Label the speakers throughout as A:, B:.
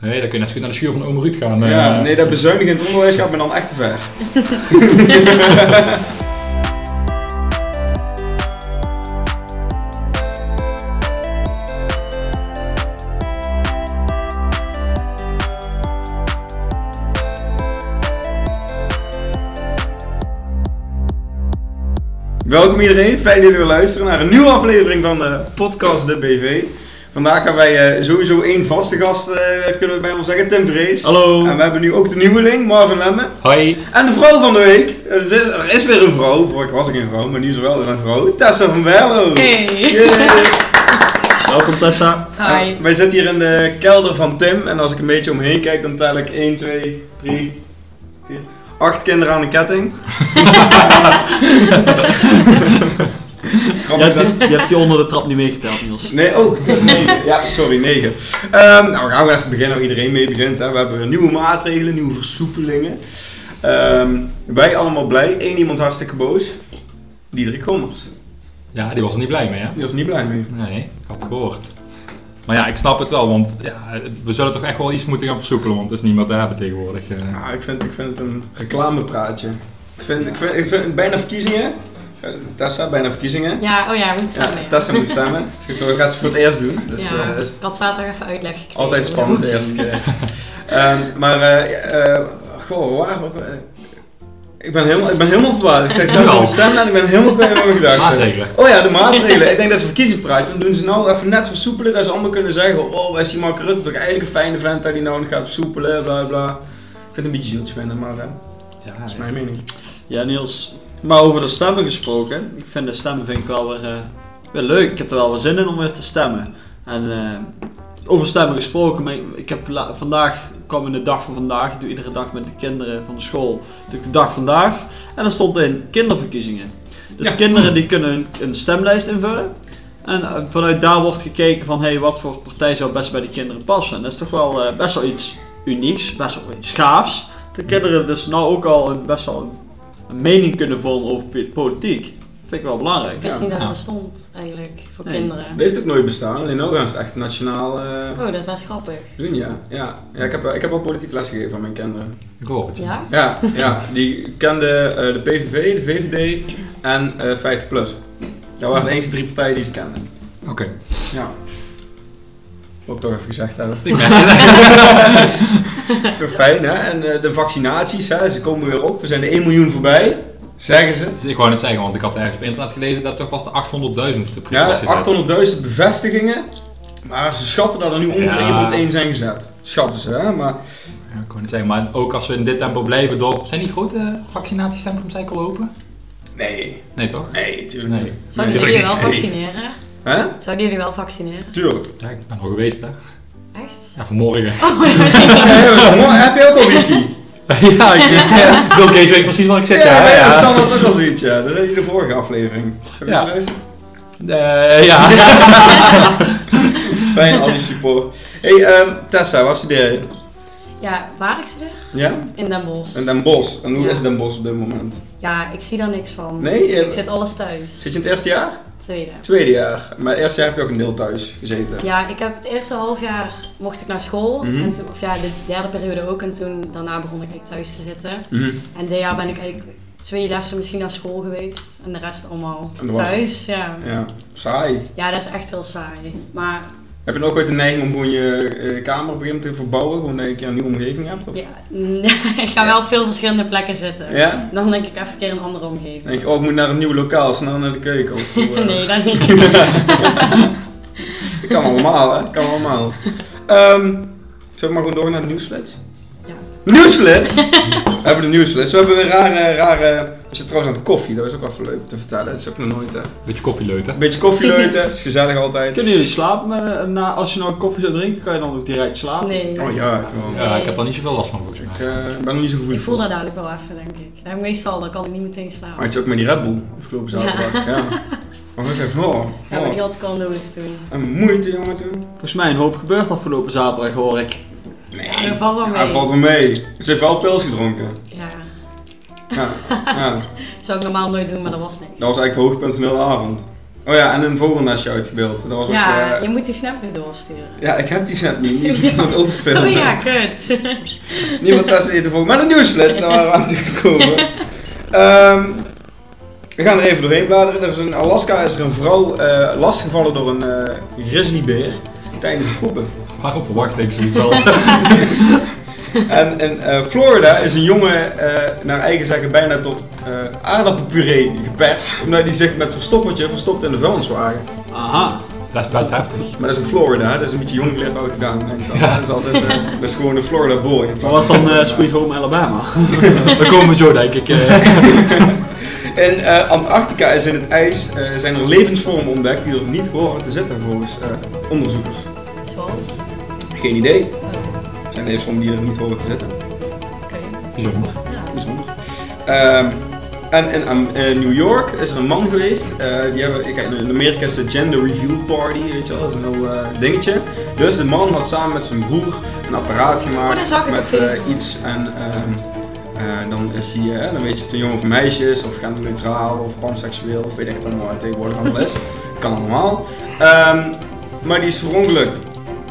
A: Nee, dan kun je net zo goed naar de schuur van oom Ruud gaan. eh.
B: Ja, nee, dat bezuinigen in het onderwijs gaat me dan echt te ver. Welkom iedereen, fijn dat jullie weer luisteren naar een nieuwe aflevering van de podcast De BV. Vandaag hebben wij eh, sowieso één vaste gast, eh, kunnen we bijna wel zeggen, Tim Vrees.
A: Hallo.
B: En we hebben nu ook de nieuweling, Marvin Lemme.
A: Hoi.
B: En de vrouw van de week, er is, er is weer een vrouw, vorige was ik geen vrouw, maar nu is er wel weer een vrouw, Tessa van Berlo.
C: Hey.
B: Yay.
D: Welkom Tessa.
C: Hi.
B: Nou, wij zitten hier in de kelder van Tim en als ik een beetje omheen kijk, dan tel ik 1, 2, 3, 4, 8 kinderen aan een ketting.
D: Je
B: Grappig
D: hebt,
B: dat-
D: die, je hebt die onder de trap niet meegeteld, Niels.
B: Nee, ook. Dus negen. Ja, sorry, 9. Ehm nou, we gaan we even beginnen waar iedereen mee begint. Hè. We hebben weer nieuwe maatregelen, nieuwe versoepelingen. Ehm, wij allemaal blij. Eén iemand hartstikke boos. Diederik Gommers.
A: Ja, die was er niet blij mee, hè?
B: Die was er niet blij mee.
A: Nee, ik had het gehoord. Maar ja, ik snap het wel, want ja, het- we zullen toch echt wel iets moeten gaan versoepelen, want er is niemand te hebben tegenwoordig. eh.
B: Nou, ik vind, ik vind het een reclamepraatje. Ik vind, ik vind, ik vind bijna verkiezingen. Eh, Tessa, bijna verkiezingen.
C: Ja, oh ja, we moeten stemmen.
B: Ja, Tessa moet stemmen. Dus we gaan ze voor het eerst doen. Dus,
C: ja,
B: eh,
C: ik had zaterdag even uitleg gekregen.
B: Altijd spannend de
C: Oeps.
B: eerste keer. Ehm, maar, eh, eh, goh, waar... eh, ik ben, helemaal, ik ben helemaal verbaasd. Ik zeg, dat is
A: Nou.
B: mijn stem en ik ben helemaal bij mijn gedachten.
A: eh, Maatregelen.
B: Oh ja, de maatregelen. ik denk dat ze verkiezingspraatje. Dan doen ze nou even net versoepelen. Dat ze allemaal kunnen zeggen, oh, is die Mark Rutte toch eigenlijk een fijne vent dat hij nou gaat versoepelen, bla bla. Ik vind het een beetje zieltje vinden, maar eh,
A: Ja,
B: dat is mijn mening.
D: Ja, Niels. Maar over de stemmen gesproken. Ik vind de stemmen vind ik wel weer, eh, weer leuk. Ik heb er wel weer zin in om weer te stemmen. En eh, over stemmen gesproken. maar ik- ik heb la- vandaag kwam in de dag van vandaag. Ik doe iedere dag met de kinderen van de school. Doe ik de dag vandaag. En er stond in kinderverkiezingen. Dus
B: Ja.
D: kinderen die kunnen een, een stemlijst invullen. En eh, vanuit daar wordt gekeken van hey, wat voor partij zou best bij die kinderen passen. En dat is toch wel eh, best wel iets unieks, best wel iets gaafs. De kinderen dus nou ook al een, best wel een een mening kunnen vormen over pi- politiek. Vind ik wel belangrijk.
C: Ik wist
B: Ja.
C: niet dat
A: Ja.
C: dat bestond eigenlijk voor
D: Nee.
C: kinderen.
B: Dat heeft ook nooit bestaan. Alleen nou gaan ze het echt nationaal eh,
C: Oh, dat is best grappig.
B: doen, ja. Ja, ja ik, heb, ik heb al politiek les gegeven aan mijn kinderen.
A: ik hoor het.
C: Ja?
B: Ja, ja die kende eh, de PVV, de VVD en eh 50 plus. Dat waren de enige drie partijen die ze kenden.
A: Oké.
B: Ja. Wou ik toch even gezegd hebben.
A: Ik merk het.
B: Toch fijn, hè? En eh, de vaccinaties, hè, ze komen weer op. We zijn de 1 miljoen voorbij, zeggen ze.
A: Dus ik wou net zeggen, want ik had ergens op internet gelezen dat toch pas de 800.000ste prik was gezet.
B: Ja, 800.000 bevestigingen. Maar ze schatten dat er nu ongeveer
A: Ja.
B: 1.1 zijn gezet. Schatten ze, hè? Maar
A: Ja, ik wou net zeggen, maar ook als we in dit tempo blijven door... Zijn die grote eh, vaccinatiecentrums eigenlijk al open?
B: nee,
A: Nee toch?
B: nee, natuurlijk
A: Nee.
B: niet.
C: Zouden
A: Nee.
C: jullie wel
B: Nee.
C: vaccineren?
B: Hè?
C: Zouden jullie wel vaccineren?
B: Tuurlijk.
A: Ja, ik ben al geweest hè.
C: Echt?
A: Ja, vanmorgen.
C: Oh, dat is niet.
B: Hey, jongen, heb je ook al wifi?
A: ja, ik Bill Gates weet precies waar ik zit.
B: Ja,
A: hè?
B: ja, ja. standaard ook al zoiets, ja. Dat deed je de vorige aflevering. Heb je
A: Ja.
B: geluisterd?
A: Eh, ja.
B: Fijn, al die support. hey, ehm, Tessa, waar studeer je?
C: Ja, waar ik studeer?
B: Ja?
C: In Den Bosch.
B: In Den Bosch. En hoe
C: Ja.
B: is Den Bosch op dit moment?
C: Ja, ik zie daar niks van.
B: Nee? Je-
C: Ik zit alles thuis.
B: Zit je in het eerste jaar?
C: Tweede.
B: Tweede jaar. Maar het eerste jaar heb je ook een deel thuis gezeten.
C: Ja, ik heb het eerste half jaar mocht ik naar school.
B: Mhm.
C: en toen, of ja, de derde periode ook. En toen daarna begon ik eigenlijk thuis te zitten.
B: Mhm.
C: En dit jaar ben ik eigenlijk twee lessen misschien naar school geweest. En de rest allemaal
B: En dat was
C: thuis. Ja.
B: Ja, saai.
C: ja, dat is echt heel saai. Maar
B: Heb je dan ook ooit de neiging om gewoon je eh, kamer begint te verbouwen? Gewoon dat je een keer een nieuwe omgeving hebt? Of?
C: ja, ik ga wel op veel verschillende plekken zitten.
B: Ja?
C: Dan denk ik even een keer een andere omgeving.
B: Dan denk je, oh, ik moet naar een nieuw lokaal, snel naar de keuken. Of, eh,
C: nee, dat niet.
B: Dat kan allemaal, hè? Dat kan allemaal. Ehm zullen we maar gewoon door naar de nieuwsflits?
C: Ja.
B: Nieuwsflits? we hebben de nieuwsflits. We hebben weer rare, rare... We zitten trouwens aan de koffie, dat is ook wel even leuk te vertellen. Dat is ook nog nooit, hè?
A: Beetje koffie leuten.
B: Een beetje koffie leuten, is gezellig altijd.
D: Kunnen jullie slapen? Met, eh, na, als je nou koffie zou drinken, kan je dan ook direct slapen?
C: Nee.
B: Oh ja, ik, wel.
A: Ja, ik heb daar niet zoveel last van volgens
B: ik
A: mij.
B: eh, ben nog niet zo
C: Ik
B: gevoelig
C: voel
B: voor.
C: dat dadelijk wel even, denk ik. Nou, meestal dan kan ik niet meteen slapen.
B: Had je ook met die Red Bull afgelopen
C: Ja.
B: zaterdag? Ja. Maar ik dacht, oh,
C: Ja, maar
B: oh.
C: die had ik al nodig toen.
B: En moeite, jongen, toen.
D: Volgens mij een hoop gebeurd afgelopen zaterdag hoor ik.
C: Ja, dat valt wel mee.
B: Hij valt wel mee. Ze heeft wel pils gedronken.
C: Ja.
B: Ja, ja.
C: Zou ik normaal nooit doen, maar dat was niks.
B: Dat was eigenlijk het hoogtepunt van de hele avond. Oh ja, en een vogel naast je uitgebeeld. Dat was ook...
C: Ja,
B: eh,
C: je moet die snap weer doorsturen.
B: Ja, ik heb die snap niet. Je moet
C: Ja.
B: iemand overfilmen.
C: Oh ja, kut.
B: Niemand test eten voor. Maar de nieuwsflits, daar waren we aan toegekomen. Ehm we gaan er even doorheen bladeren. Er is in Alaska is er een vrouw eh, lastgevallen door een eh grizzlybeer tijdens het poepen.
A: Waarom verwacht ik zoiets al?
B: En in eh, Florida is een jongen eh, naar eigen zeggen bijna tot eh aardappelpuree geperst. Omdat hij zich met verstoppertje verstopt in de vuilniswagen.
D: Aha.
A: Dat is best heftig.
B: Maar dat is in Florida, dus dat is een beetje jong geleerd oud gedaan. Denk ik dan. Dat is altijd, eh, dat is gewoon een Florida boy.
D: Dat was dan eh, Sweet Home Alabama.
A: Daar komen we zo, denk ik. eh.
B: In eh, Antarctica is in het ijs eh, zijn er levensvormen ontdekt die er niet horen te zitten volgens eh, onderzoekers.
C: Zoals?
B: Geen idee.
C: Oh,
B: Er zijn levensvormen die er niet horen te zitten.
C: Oké. Nou.
A: Bijzonder.
C: Ja.
B: Bijzonder. Ehm, en in Am- eh, New York is er een man geweest. eh, die hebben, kijk, in Amerika is de gender reveal party, weet je wel, dat is een heel eh, dingetje. Dus de man had samen met zijn broer een apparaat
C: Oh,
B: gemaakt
C: dat zag ik op
B: met eh,
C: Facebook.
B: iets en ehm, eh, dan is hij, eh, dan weet je of het een jongen of een meisje is, of genderneutraal, of panseksueel, of weet ik dan maar tegenwoordig allemaal is. kan allemaal. Ehm, maar die is verongelukt.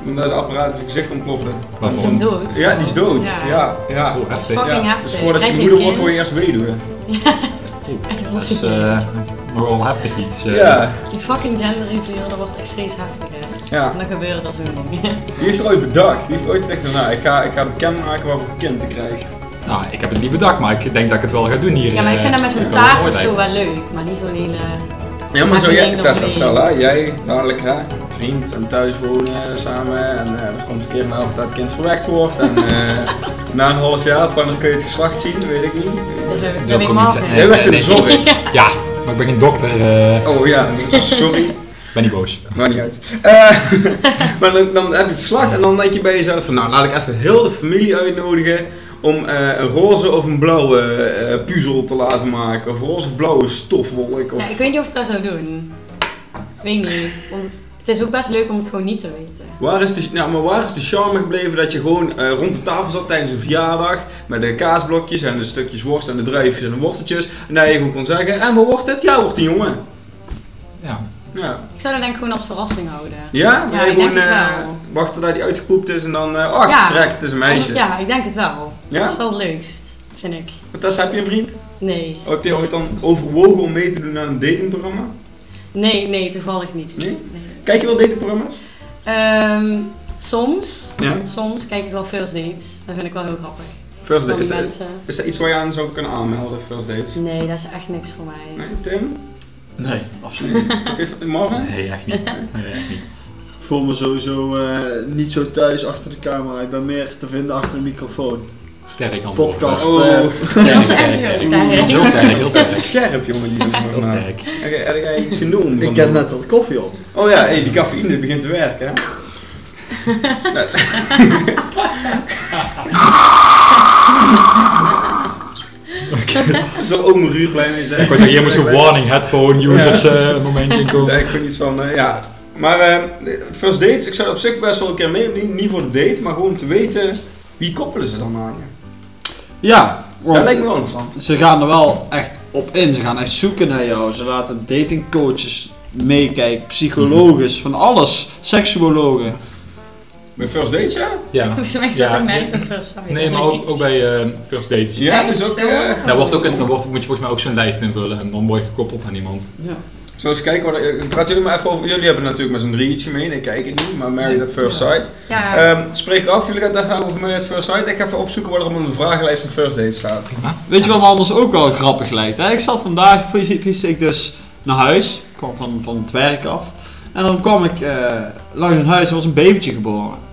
B: Omdat het apparaat in zijn gezicht ontplofte.
C: Is hem dood?
B: Ja, die is dood. Ja, ja.
A: Oh, heftig.
C: Fucking
B: Ja, Dus
C: heftig.
B: voordat je
C: Krijg je
B: moeder
C: een
B: wordt,
C: kind?
B: word je eerst weduwe.
C: Dat is echt wel
A: Dat is
C: super.
A: eh, nogal een heftig iets. eh.
B: Ja,
C: Die fucking gender reveal, dat wordt echt steeds heftiger. En
B: ja.
C: dan gebeuren er zo'n dingen.
B: Wie heeft er ooit bedacht? Wie heeft ooit gedacht van, nou, ik ga, ik ga bekendmaken waarvoor ik kind te krijgen?
A: Nou, ik heb het niet bedacht, maar ik denk dat ik het wel ga doen hier.
C: Ja, maar ik
A: eh,
C: vind dat met zo'n
A: in
C: taart of
A: Noordwijk.
C: zo wel leuk, maar niet zo'n hele...
B: Ja, maar
C: Maak
B: zo
C: je
B: jij,
C: ding
B: Tessa,
C: nog mee.
B: stel hè, jij dadelijk hè, vriend en thuis wonen samen en eh, er komt een keer een avond dat het kind verwekt wordt en eh, na een half jaar van dan kun je het geslacht zien, weet ik niet.
C: Dat heb ik
A: Dat
C: niet
A: komt niet zeggen.
B: Jij
A: Nee,
B: werkt in de
A: nee,
B: zorg.
A: Ja, maar ik ben geen dokter. eh
B: Oh ja, sorry.
A: ben niet boos.
B: Maar niet uit. Eh, maar dan, dan heb je het geslacht en dan denk je bij jezelf van nou laat ik even heel de familie uitnodigen om eh, een roze of een blauwe eh, puzzel te laten maken. Of roze of blauwe stofwolk. Of...
C: Ja, ik weet niet of ik dat zou doen. Ik weet niet, want het is ook best leuk om het gewoon niet te weten.
B: Waar is de, nou, maar waar is de charme gebleven dat je gewoon eh, rond de tafel zat tijdens een verjaardag met de kaasblokjes en de stukjes worst en de druifjes en de worteltjes. En dat je gewoon kon zeggen, en wat wordt het? Ja, wordt een jongen.
A: Ja.
B: Ja,
C: Ik zou dat denk ik gewoon als verrassing houden.
B: ja?
C: Ja,
B: Dat je
C: ik denk
B: gewoon,
C: het
B: eh,
C: wel.
B: wachten dat hij uitgepoept is en dan, eh ach,
C: Ja.
B: verrek, het is een
C: Anders-
B: meisje.
C: Ja, ik denk het wel.
B: Ja?
C: Dat is wel het leukst, vind ik.
B: Maar Tessa, heb je een vriend?
C: Nee.
B: Heb je ooit dan overwogen om mee te doen aan een datingprogramma?
C: Nee, nee, toevallig niet.
B: Nee? Kijk je wel datingprogramma's?
C: Ehm, soms,
B: Ja.
C: soms kijk ik wel first dates. Dat vind ik wel heel grappig.
B: First
C: Van
B: date,
C: die
B: is dat,
C: mensen.
B: is dat iets waar je aan zou kunnen aanmelden, first dates?
C: Nee, dat is echt niks voor mij.
B: Nee, Tim?
D: Nee, absoluut
B: Nee. Oké, Marvin?
A: Nee, echt niet. Nee, echt niet.
D: Ik voel me sowieso eh, niet zo thuis achter de camera. Ik ben meer te vinden achter een microfoon.
A: Sterk antwoord.
D: Podcast.
B: Oh.
D: eh,
A: Sterk,
C: Dat is
A: sterk,
C: echt
A: sterk.
C: heel sterk.
A: Heel sterk, heel sterk.
B: Scherp, jongen. Die jongen.
A: Heel sterk.
B: Oké, heb jij iets genoemd?
D: ik heb net wat koffie op.
B: Oh ja, hey, die cafeïne die begint te werken, hè? Nou. Zal oom Ruur blij mee zijn?
A: Ik wou zeggen, hier moet zo'n warning headphone users
B: Ja.
A: eh, een momentje in
B: Ja,
A: komen.
B: ik vind iets van, eh, ja. Maar eh, first dates, ik zou op zich best wel een keer mee, niet, niet voor de date, maar gewoon om te weten wie koppelen ze dan aan. je.
D: Ja,
B: Dat
D: want
B: lijkt me wel interessant.
D: ze gaan er wel echt op in. Ze gaan echt zoeken naar jou. Ze laten datingcoaches meekijken, psychologen, van alles. Seksuologen.
B: Bij first dates, ja?
A: Ja.
C: Volgens mij zat
A: Ja,
C: ik mij
A: nee.
C: niet op first date.
A: Nee, maar ook, ook bij eh, first dates.
B: Ja,
C: Ja,
B: dus ook.
C: zo.
B: eh,
A: Daar wordt ook, een- daar wordt, moet je volgens mij ook zo'n lijst invullen en dan word je gekoppeld aan iemand.
D: Ja.
B: Zo eens kijken, wat, ik praat jullie maar even over. Jullie hebben natuurlijk met z'n drie iets gemeen, ik kijk het niet, maar Married at First
A: Ja.
B: Sight.
C: Ja,
B: Ehm, spreek af, jullie gaan het even hebben over Married at First Sight. Ik ga even opzoeken wat er op een vragenlijst van first date staat.
A: Prima.
D: Weet je wat me anders ook wel grappig lijkt? Hè? Ik zat vandaag, fiets fietste ik dus naar huis. Ik kwam van, van het werk af. En dan kwam ik eh, langs een huis, er was een babytje geboren.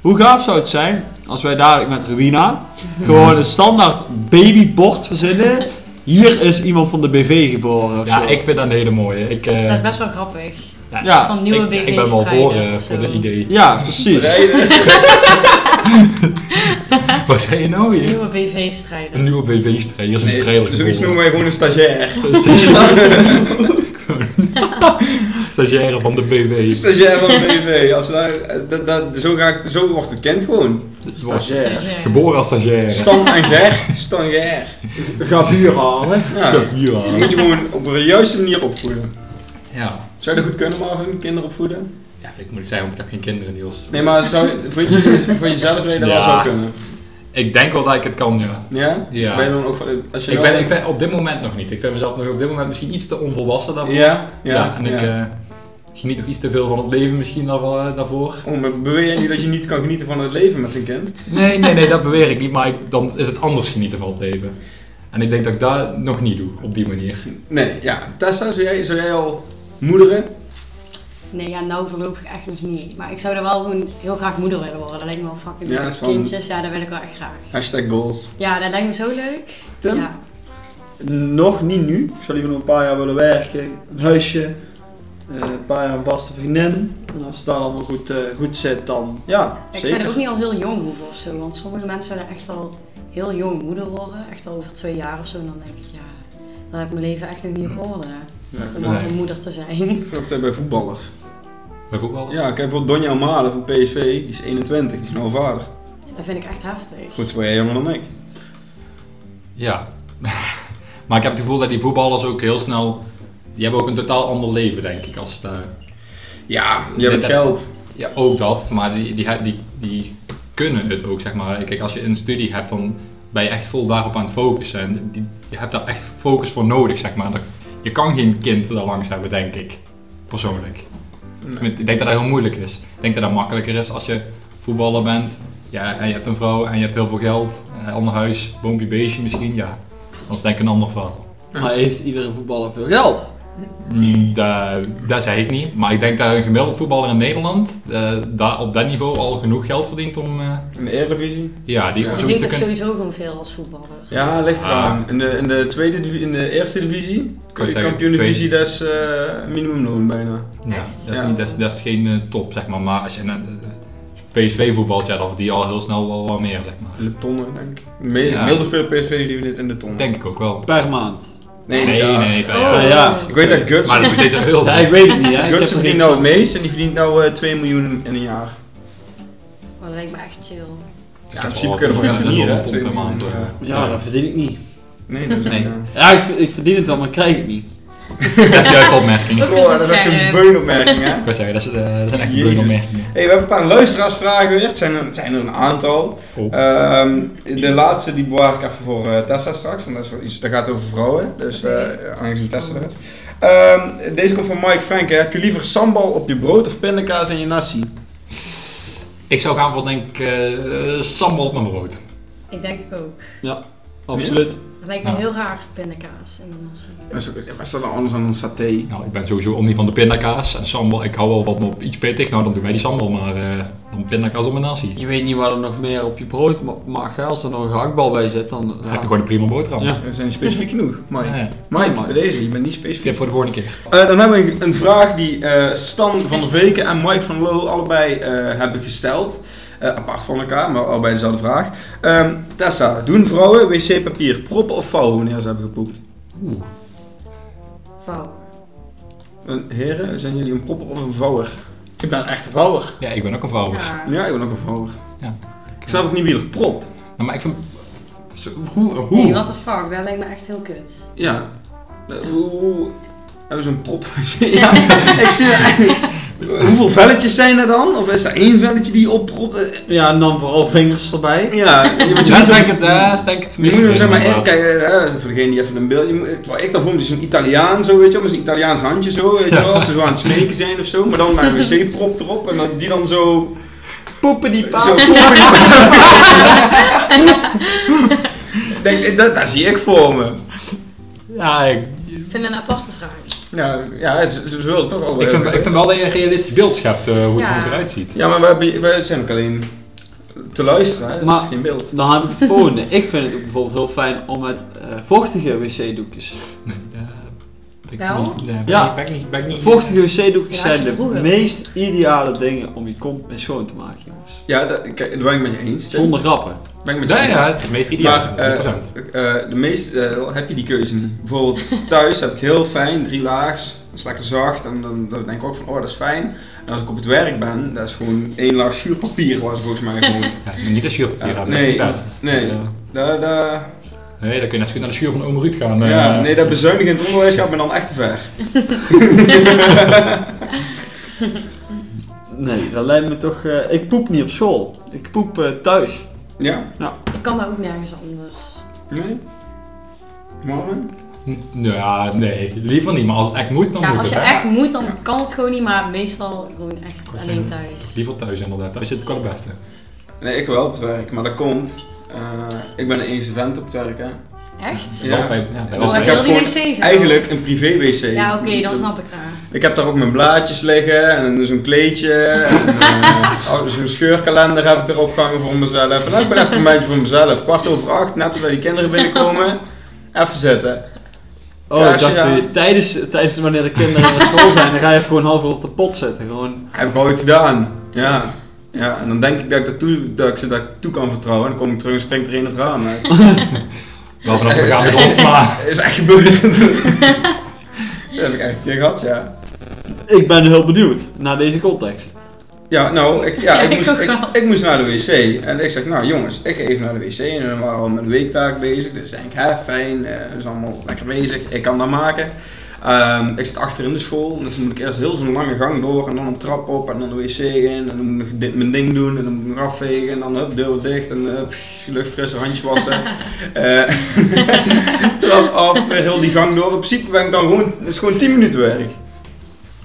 D: Hoe gaaf zou het zijn als wij dadelijk met Ruina gewoon een standaard babybord verzinnen? Hier is iemand van de BV geboren of
A: Ja,
D: zo.
A: ik vind dat een hele mooie. Ik, eh,
C: dat is best wel grappig.
A: ja,
D: Ja,
C: van nieuwe
A: ik, ik ben wel
C: BV-strijden
A: voor, eh,
C: of
A: voor
C: zo.
A: de idee.
D: Ja, precies.
B: Rijden.
A: Wat zei je nou hier?
C: Nieuwe
A: Een
C: BV-strijder.
A: nieuwe BV-strijd. Hier is een
B: Nee,
A: strijder
B: zoiets noemen
A: geboren.
B: wij gewoon een stagiair.
A: Stagiaire van de BV.
B: Stagiair van de BV. Als we daar, eh, dat, dat, zo, ga ik, zo wordt het kind gewoon.
D: Stagiair.
A: eh, Geboren als stagiaire.
B: Stan en Ger. Stagiair.
D: Ga vuur halen.
B: Ja,
A: Ja.
B: je moet je gewoon op de juiste manier opvoeden.
A: Ja.
B: Zou je dat goed kunnen, Marvin? Kinderen opvoeden?
A: ja, vind ik moeilijk zeggen, want ik heb geen kinderen, Niels.
B: Nee, maar zou, je- voor, je, voor jezelf zou je dat wel
A: Ja.
B: zou kunnen.
A: Ik denk wel dat ik het kan, ja.
B: Ja?
A: Ja.
B: Ben je dan ook van- als je
A: Ik
B: wel-
A: ben, ik ben op dit moment nog niet. Ik vind mezelf nog op dit moment misschien iets te onvolwassen daarvoor.
B: Ja, ja.
A: Ja, en ik
B: ja.
A: eh, geniet nog iets te veel van het leven misschien daarvoor. eh, daarvoor.
B: Oh, maar beweer jij nu dat je niet kan genieten van het leven met een kind?
A: Nee, nee, nee, dat beweer ik niet, maar ik- dan is het anders genieten van het leven. En ik denk dat ik dat nog niet doe, op die manier.
B: Nee, ja. Tessa, zou jij, zou jij al moederen?
C: Nee, ja, nou voorlopig echt nog niet. Maar ik zou er wel gewoon heel graag moeder willen worden. Dat lijkt me wel fucking
B: Ja,
C: leuk.
B: dat is wel-
C: Kindjes, ja, dat wil ik wel echt graag.
B: Hashtag goals.
C: Ja, dat lijkt me zo leuk.
B: Tim?
C: Ja.
D: Nog niet nu. Ik zou liever nog een paar jaar willen werken. Een huisje. eh, een paar jaar een vaste vriendin. En als het dan allemaal goed, eh, goed zit, dan ja,
C: Ik zou
D: zeker.
C: er ook niet al heel jong hoeven of zo. Want sommige mensen willen echt al heel jong moeder worden. Echt al over twee jaar of zo. En dan denk ik, ja, dan heb ik mijn leven echt nog niet op orde.
B: Ja.
C: Om al
A: Nee.
C: een moeder te zijn.
B: Ik vind ook dat bij voetballers.
A: Bij voetballers.
B: Ja, ik heb wel Donja Malen van PSV, die is 21, die is nou vader.
C: Dat vind ik echt heftig.
B: Goed, ben jij jonger dan ik.
A: Ja. maar ik heb het gevoel dat die voetballers ook heel snel... Die hebben ook een totaal ander leven, denk ik, als eh, de...
B: Ja, je hebt
A: Dit
B: het
A: heb-
B: geld.
A: Ja, ook dat, maar die, die, die, die kunnen het ook, zeg maar. Kijk, als je een studie hebt, dan ben je echt vol daarop aan het focussen. En die, je hebt daar echt focus voor nodig, zeg maar. Dat- Je kan geen kind daar langs hebben, denk ik. Persoonlijk. Ik denk dat dat heel moeilijk is. Ik denk dat dat makkelijker is als je voetballer bent. Ja, en je hebt een vrouw en je hebt heel veel geld. En een ander huis, boompje, beestje misschien, ja. Dat is denk ik een ander verhaal.
D: Maar heeft iedere voetballer veel geld?
A: Mm, dat, dat zeg ik niet. Maar ik denk dat een gemiddeld voetballer in Nederland eh, daar op dat niveau al genoeg geld verdient om... eh,
B: In de Eredivisie?
A: ja, die
B: Ja.
A: om
C: Ik denk
A: zoiets
C: dat
A: te
C: ik
A: kunnen...
C: sowieso gewoon veel als voetballer.
B: Ja, ligt
A: Ah.
B: eraan. In de, in de, tweede, divi- in de eerste divisie,
A: wou zeggen,
B: kampioen-divisie, dat is eh, minimumloon bijna.
A: Ja, dat, is
B: Ja.
A: niet, dat, is, dat is geen eh, top, zeg maar. Maar als je een PSV voetbalt, ja, dat verdient al heel snel wel wat meer, zeg maar.
B: In de tonnen, denk ik. Me-
A: Ja.
B: Gemiddelde speler PSV die we dit in de tonnen.
A: Denk ik ook wel.
D: Per maand.
B: Ah, Nee,
A: nee,
B: ja.
A: nee, bij
D: Oh.
A: jou.
D: ja.
B: Ik weet dat
A: Eh,
B: Guts,
A: Maar dat is deze heel...
D: Ja, ik weet het niet. Hè. Ik heb
B: Guts
D: er
B: verdient
D: niks
B: nou het
D: aan.
B: meest en die verdient nou eh 2 miljoen in een jaar.
C: Maar dat lijkt me echt chill.
B: Ja, in principe kunnen we
A: Ja,
B: gaan
A: dat is wel een
B: tenieren.
A: ton per maand, hoor.
D: Ja, dat verdien ik niet.
B: Nee, dat is
A: Nee.
B: niet.
D: Ja, ik, ik verdien het wel, maar ik krijg het niet.
A: Dat is juist de opmerking.
C: Ook
A: Ik
B: Oh,
C: dus
B: dat
C: een
B: was een
C: scherm.
B: beunopmerking, hè?
A: wou zeggen, dat, is, eh, dat zijn echt
B: Jezus.
A: een opmerkingen.
B: Hey, we hebben een paar luisteraarsvragen weer. Het zijn er, het zijn er een aantal.
A: Oh.
B: Ehm, de laatste die bewaar ik even voor eh, Tessa straks, want dat, is wel iets, dat gaat over vrouwen. Dus eh aangezien Tessa er is. Ehm, deze komt van Mike Frank. hè. Heb je liever sambal op je brood of pindakaas in je nasi?
A: Ik zou gaan voor, denk ik, eh, sambal op mijn brood.
C: Ik denk ik ook.
D: Absoluut.
C: Dat lijkt me
A: Ja.
C: heel raar, pindakaas in mijn nasi.
B: Wat is dat nou anders dan een saté?
A: Nou, ik ben sowieso om die van de pindakaas. En sambal, ik hou wel wat op iets pittigs. Nou, dan doen wij die sambal, maar eh, dan pindakaas op mijn nasi.
D: Je weet niet wat er nog meer op je brood ma- mag. Hè. Als er nog een gehaktbal bij zit, dan...
A: Dan heb je gewoon een prima boterham.
D: Ja.
B: We zijn niet specifiek genoeg, Mike.
A: Ja, ja.
B: Mike,
D: Mike.
B: bij deze, je bent niet specifiek.
A: Tip voor de volgende keer.
B: Eh, dan hebben we een vraag die eh, Stan van der Veken en Mike van Loo allebei eh, hebben gesteld. Eh, apart van elkaar, maar allebei dezelfde vraag. Ehm, Tessa, doen vrouwen wc-papier proppen of vouwen wanneer ze hebben gepoept?
A: Oeh.
C: Wauw.
B: Eh, heren, zijn jullie een propper of een vouwer?
D: Ik ben echt een vouwer.
A: Ja, ik ben ook een dus. vouwer.
C: Ja.
B: Ja, ik ben ook een vouwer.
A: Ja.
B: Ik snap ook niet wie er propt.
A: Nou, maar ik vind... Zo, Hoe? hoe?
C: Nee, what the fuck, dat lijkt me echt heel kut.
B: Ja. Eh, Hoe... hoe- Hebben ze een prop? ja, ik zie dat echt niet. Hoeveel velletjes zijn er dan? Of is er één velletje die je oppropt? Eh,
D: Ja, en dan vooral vingers erbij.
B: Ja, want je
A: Dat
B: moet
A: is
B: hem-
A: denk ik het, eh, is denk ik het
B: Je moet hem zeg maar, eh,
A: inderdaad.
B: kijk, eh, voor degene die even een beeld, je moet- terwijl ik dan voor me zie, zo'n Italiaan zo, weet je wel, met zo'n Italiaans handje zo, weet je wel, als ze zo aan het smeken zijn of zo, maar dan naar een wc-prop erop en dan die dan zo,
D: Poepen die paal.
B: zo poppen. Ik Denk, eh, dat, daar zie ik voor me.
A: Ja, ik,
C: Ik vind het een aparte vraag.
B: Ja, ja ze, ze willen toch al
A: ik, vind, ik vind wel dat je een realistisch beeld schept eh, hoe
C: Ja.
A: het eruit ziet.
B: Ja, maar we, hebben- we zijn ook alleen te luisteren, hè, dat
D: Maar-
B: is geen beeld.
D: Dan heb ik het volgende. Ik vind het ook bijvoorbeeld heel fijn om met eh, vochtige wc-doekjes.
A: Nee, eh, ben ik
C: Wel?
A: niet- nee, ben
D: Ja.
A: ik- Ben ik niet... Ben ik niet...
D: Vochtige wc-doekjes
C: Ja, had je
D: zijn de
C: vroeger.
D: meest ideale dingen om je kont mee schoon te maken, jongens.
B: Ja, dat, kijk, daar ben ik met je eens.
D: Zonder grappen.
B: Daar Ben ik met je
A: Ja,
B: eens.
A: ja, het is het meest ideaal.
B: Maar eh,
A: 100%.
B: eh, de meeste eh, heb je die keuze niet. Bijvoorbeeld thuis heb ik heel fijn, drie laags. Dat is lekker zacht en dan, dan denk ik ook van, oh dat is fijn. En als ik op het werk ben, dat is gewoon één laag schuurpapier was volgens mij gewoon.
A: Ja, maar niet als je op
B: Ja,
A: hier hebt, dat is
B: eh, nee,
A: niet best.
B: nee.
A: Ja.
B: Daar, daar,
A: Nee, dan kun je net zo goed naar de schuur van oom Ruud gaan. eh.
B: ja, nee, dat bezuinigen in het onderwijs gaat me dan echt te ver.
D: Nee, dat lijkt me toch... eh, ik poep niet op school. Ik poep eh, thuis.
B: Ja?
C: Ik kan daar ook nergens anders.
B: Nee? Marvin?
A: N- nou Ja, nee, liever niet. Maar als het echt moet, dan
C: ja,
A: moet
C: als je
A: het. hè.
C: echt moet, dan kan het gewoon niet, maar meestal gewoon echt alleen thuis.
A: Liever thuis inderdaad. Thuis zit ik wel het beste.
B: Nee, ik wel op het werk, maar dat komt. eh, ik ben een eens vent op het werk, hè.
C: Echt?
B: Ja.
A: Dat bij- ja, bij
B: Dus
A: ons
C: maar
B: ik
A: wel.
B: heb
C: wil die
B: gewoon
C: wc's dan?
B: Eigenlijk een privé-wc.
C: Ja, oké, dan snap ik daar.
B: Ik heb daar ook mijn blaadjes liggen en zo'n kleedje en eh, oh, zo'n scheurkalender heb ik erop gehangen voor mezelf. En dan heb ik ben even een momentje voor mezelf. Kwart over acht, net voordat die kinderen binnenkomen, even zitten.
D: Oh,
B: Ja,
D: ik
B: als je
D: dacht
B: dan-
D: eh, tijdens, tijdens wanneer de kinderen naar school zijn, dan ga je even gewoon half uur op de pot zitten. Gewoon,
B: Heb ik ooit gedaan. Ja. ja. En dan denk ik dat ik, dat toe, dat ik ze dat ik toe kan vertrouwen. En dan kom ik terug en springt er in het raam. uit.
A: Wel vanaf
B: Is-
A: de gaande
B: is-
A: grond, maar...
B: Dat is echt gebeurd. dat heb ik echt een keer gehad, ja.
D: ik ben heel benieuwd naar deze context.
B: Ja, nou, ik, ja,
C: Ja,
B: ik,
C: ik
B: moest,
C: ook
B: ik,
C: wel.
B: ik moest naar de wc. En ik zeg, nou jongens, ik ga even naar de wc. En dan waren we al met een weektaak bezig. Dus ik denk, hè, fijn, eh, we zijn allemaal lekker bezig. Ik kan dat maken. Ehm, ik zit achter in de school. Dus dan moet ik eerst heel zo'n lange gang door. En dan een trap op. En dan de wc in. En dan moet ik dit- mijn ding doen. En dan moet ik nog afvegen. En dan hup, deur dicht. En hup, pff, lucht frisse handjes wassen. Eh, trap af, weer heel die gang door. In principe ben ik dan gewoon, het is gewoon 10 minuten werk.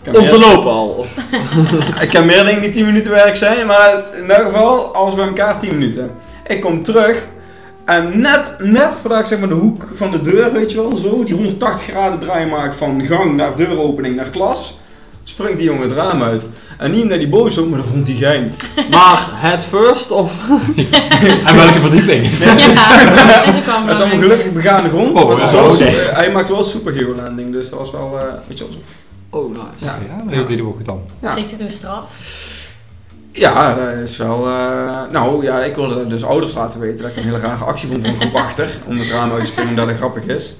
B: Ik heb
D: Om
B: meer-
D: te lopen al. Of,
B: ik kan meer dingen die 10 minuten werk zijn, maar in elk geval alles bij elkaar 10 minuten. Ik kom terug en net, net voordat ik zeg maar de hoek van de deur, weet je wel, zo, die 180 graden draai maak van gang naar deuropening naar klas, springt die jongen het raam uit. En niet naar die boos op, maar dat vond hij gein.
D: maar head first of...
A: En welke verdieping?
C: Ja, dat is ook wel
B: Dat is allemaal
C: belangrijk.
B: gelukkig begaande grond,
A: Oh,
B: maar het was
A: ja,
B: wel
A: oké.
B: super- hij maakt wel superhero landing, dus dat was wel, eh, weet je wel, zo.
D: Oh, nice.
A: Ja, dat deed hij ook goed dan.
C: Kreeg dit een straf?
B: Ja, dat is wel. eh, nou ja, ik wilde dus ouders laten weten dat ik een hele rare actie vond van een groep achter. Om het raam uit te springen dat het grappig is.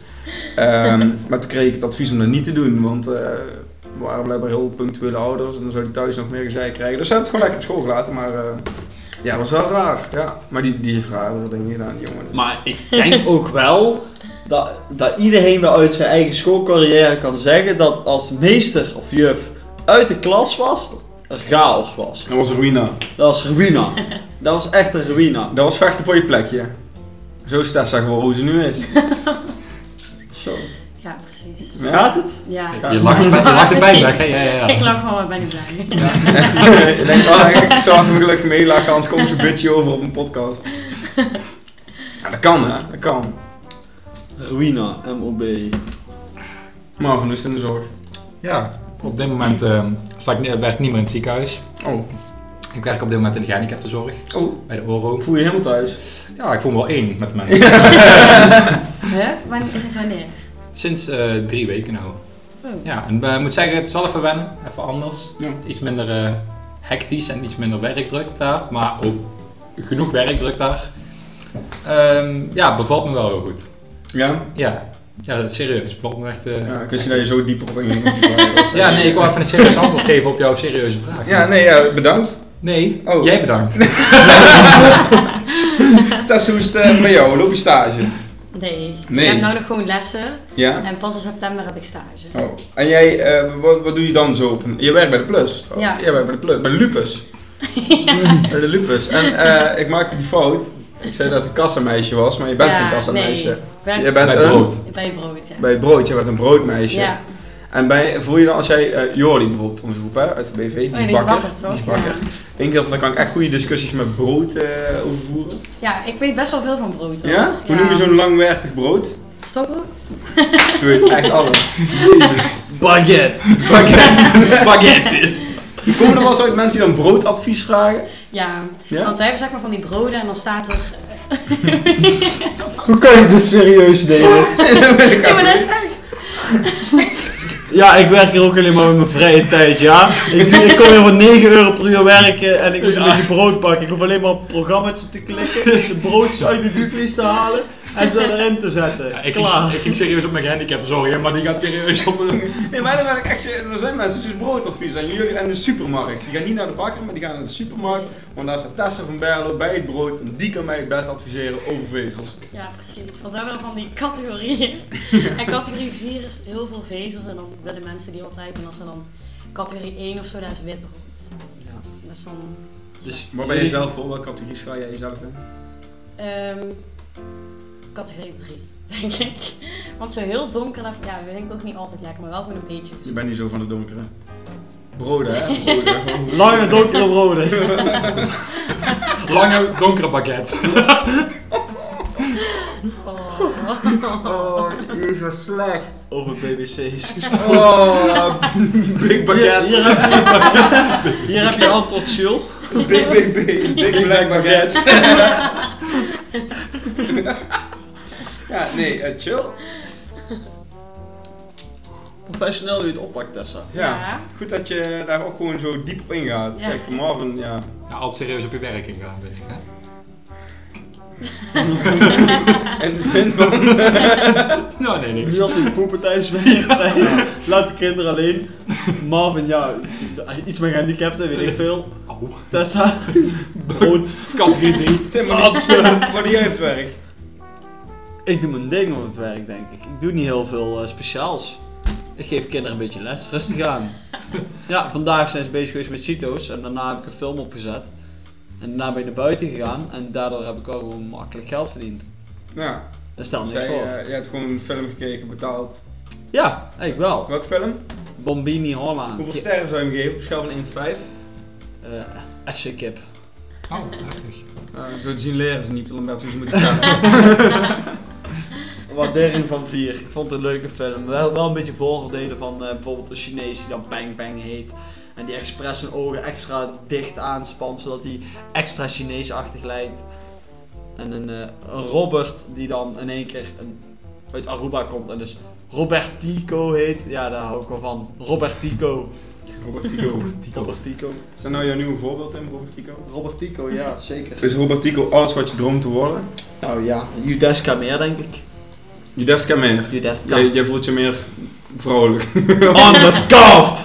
B: Ehm, maar toen kreeg ik het advies om dat niet te doen, want eh, we waren blijkbaar heel punctuele ouders. En dan zou die thuis nog meer gezeik krijgen. Dus ze hebben het gewoon lekker op school gelaten, maar. eh, ja, dat was wel raar. Ja. Maar die, die heeft rare dingen gedaan, die jongen. Dus.
D: Maar ik denk ook wel dat, dat iedereen wel uit zijn eigen schoolcarrière kan zeggen dat als meester of juf uit de klas was, er chaos was.
B: Dat was ruïna.
D: Dat was ruïna. Dat was echt een ruïna.
B: Dat was vechten voor je plekje. Zo is Tessa gewoon hoe ze nu is.
D: Zo.
C: Ja, precies.
D: Gaat het?
C: Ja,
A: Je lacht erbij- je lacht erbij weg, hè? Ja, ja,
C: ik
A: ja.
C: lag gewoon bij de blij.
B: Ja. ik denk, oh, ik ik zou even mijn gelukkig meelachen, anders komt zo'n bitchje over op een podcast. Ja, dat kan hè, dat kan.
D: Ruïna, MOB.
B: Maar van is in de zorg.
A: Ja, op dit moment ehm, sta ik, ne- werk ik niet meer in het ziekenhuis.
B: Oh,
A: Ik werk op dit moment in de gehandicaptenzorg,
B: oh,
A: bij de ORO.
B: ik voel je helemaal thuis.
A: Ja, ik voel me wel één met de mensen.
C: Hè? Wanneer is het wanneer?
A: Sinds eh, drie weken nou.
C: Oh.
A: Ja, en eh, ik moet zeggen, het is wel even wennen, even anders.
B: Ja.
A: Het is Iets minder eh, hectisch en iets minder werkdruk daar, maar ook genoeg werkdruk daar. Ehm, ja, bevalt me wel heel goed.
B: Ja?
A: Ja, ja serieus, het bevalt me echt... eh,
B: Ja, ik wist niet dat je zo diep op inging. op die vraag was.
A: ja, nee, ik wil even een serieus antwoord geven op jouw serieuze vraag.
B: Ja, nee, ja, bedankt.
A: Nee,
B: Oh.
A: jij bedankt.
B: Tess, hoe is het eh, bij jou? Loop je stage?
C: Nee. Ik
B: Nee.
C: heb nou nog gewoon lessen
B: Ja?
C: en pas in september heb ik stage.
B: Oh. En jij, eh, wat, wat doe je dan zo? Op een- je werkt bij de Plus. Oh,
C: Ja.
B: Jij werkt bij de Plus, bij de Lupus. Bij de Lupus. En eh, ik maakte die fout. Ik zei dat ik een kassameisje was, maar je bent
C: Ja,
B: geen kassameisje.
C: Nee. Ik werk
B: Jij bent
A: Bij
B: een...
A: brood.
C: bij brood, ja.
B: Bij het brood, jij bent een broodmeisje.
C: ja.
B: En bij, voel je dan als jij eh Jordi bijvoorbeeld, onze groep hè, uit de BV, die
C: Oh,
B: is
C: die
B: bakker.
C: bakker, toch?
B: die is bakker.
C: Ja.
B: Denk je van, daar kan ik echt goede discussies met brood eh over voeren.
C: Ja, ik weet best wel veel van brood.
B: Ja?
C: hoor.
B: Hoe noem je zo'n langwerpig brood?
C: Stokbrood?
B: Ze weet echt alles.
D: Baguette.
A: Baguette!
B: Komen er wel eens uit mensen die dan broodadvies vragen?
C: Ja.
B: Ja?
C: Want wij hebben zeg maar van die broden en dan staat er...
D: Hoe kan je dit serieus nemen?
C: Ja, maar dat is echt.
D: Ja, ik werk hier ook alleen maar met mijn vrije tijd, ja. Ik, ik kom hier voor 9 euro per uur werken en ik moet een beetje brood pakken. Ik hoef alleen maar op het programmaatje te klikken, de broodjes uit de duurvlees te halen en ze erin te zetten.
A: Ja, ik, ging,
D: Klaar.
A: ik ging serieus op mijn gehandicaptenzorg, hè, maar die gaat serieus op een...
B: Nee, maar dan ben ik echt, serieus- er zijn mensen die dus broodadvies aan jullie en de supermarkt. Die gaan niet naar de bakker, maar die gaan naar de supermarkt Want daar staat Tessa van Berlo bij het brood. En die kan mij het best adviseren over vezels.
C: Ja, precies. Want we hebben dan van die categorieën. En categorie 4 is heel veel vezels. En dan willen mensen die altijd. En als ze dan categorie 1 of zo, daar is wit brood.
D: Ja.
C: Dat is dan.
D: Dus
B: Maar bij jezelf voor? Welke categorie schaal jij jezelf in?
C: Ehm, categorie 3, denk ik. Want zo heel donker, dat ja, vind ik ook niet altijd lekker, maar wel gewoon een beetje.
B: Je bent niet zo van het donkere. Broden, hè? Broden. gewoon-
D: Lange donkere broden.
A: Lange, donkere baguette.
C: Oh.
B: Oh, die is wel slecht.
D: Over BBC's gesproken.
B: Oh, big
D: Hier,
B: baguette.
D: hier heb je, hier heb je antwoord, Jules.
B: Big, big, big. Big black baguette. ja, nee, eh, chill.
D: Professioneel je het oppakt, Tessa.
B: Ja. Goed dat je daar ook gewoon zo diep op ingaat.
C: Ja.
B: Kijk, voor Marvin, ja.
A: Ja, altijd serieus op je werk ingaan, denk ik. Hè?
B: En de zin van...
A: Nou, nee, niks.
D: Nu als ik poepen tijdens mijn werktijd, laat de kinderen alleen. Marvin, ja, iets met gehandicapten, weet ik veel.
A: Au.
D: Tessa, brood.
A: Categorie 3.
B: Tim, maar die- wat doe jij op het werk?
D: Ik doe mijn ding op het werk, denk ik. Ik doe niet heel veel eh, speciaals. Ik geef kinderen een beetje les, rustig aan. ja, vandaag zijn ze bezig geweest met CITO's en daarna heb ik een film opgezet. En daarna ben ik naar buiten gegaan en daardoor heb ik wel gewoon makkelijk geld verdiend.
B: Ja,
D: Daar stel
B: dus
D: niks
B: jij,
D: voor.
B: eh, jij hebt gewoon een film gekeken, betaald.
D: Ja, ik wel.
B: Welke film?
D: Bombini Holland.
B: Hoeveel sterren zou je hem geven op een schaal van 1 tot 5?
D: Eh, FC Kip.
A: Oh, heftig.
B: Nou, zo te zien leren ze niet, omdat ze moeten gaan.
D: Waardering van 4. Ik vond het een leuke film. Wel, wel een beetje vooroordelen van eh, bijvoorbeeld een Chinees die dan Peng Peng heet. En die expres zijn ogen extra dicht aanspant, zodat hij extra Chinees-achtig lijkt. En een, eh, een Robert die dan in één keer een- uit Aruba komt en dus Robertico heet. Ja, daar hou ik wel van. Robertico.
B: Robert Tico.
D: Robertico.
B: Is dat nou jouw nieuwe voorbeeld, Tim, Robert Tico?
D: Robertico, ja, zeker.
B: Is Robert Tico alles wat je droomt te worden?
D: Dus- Nou ja, Judeska meer, denk ik.
B: Je deska meer.
D: Judeska.
B: Jij, jij voelt je meer vrouwelijk.
D: Underscarved!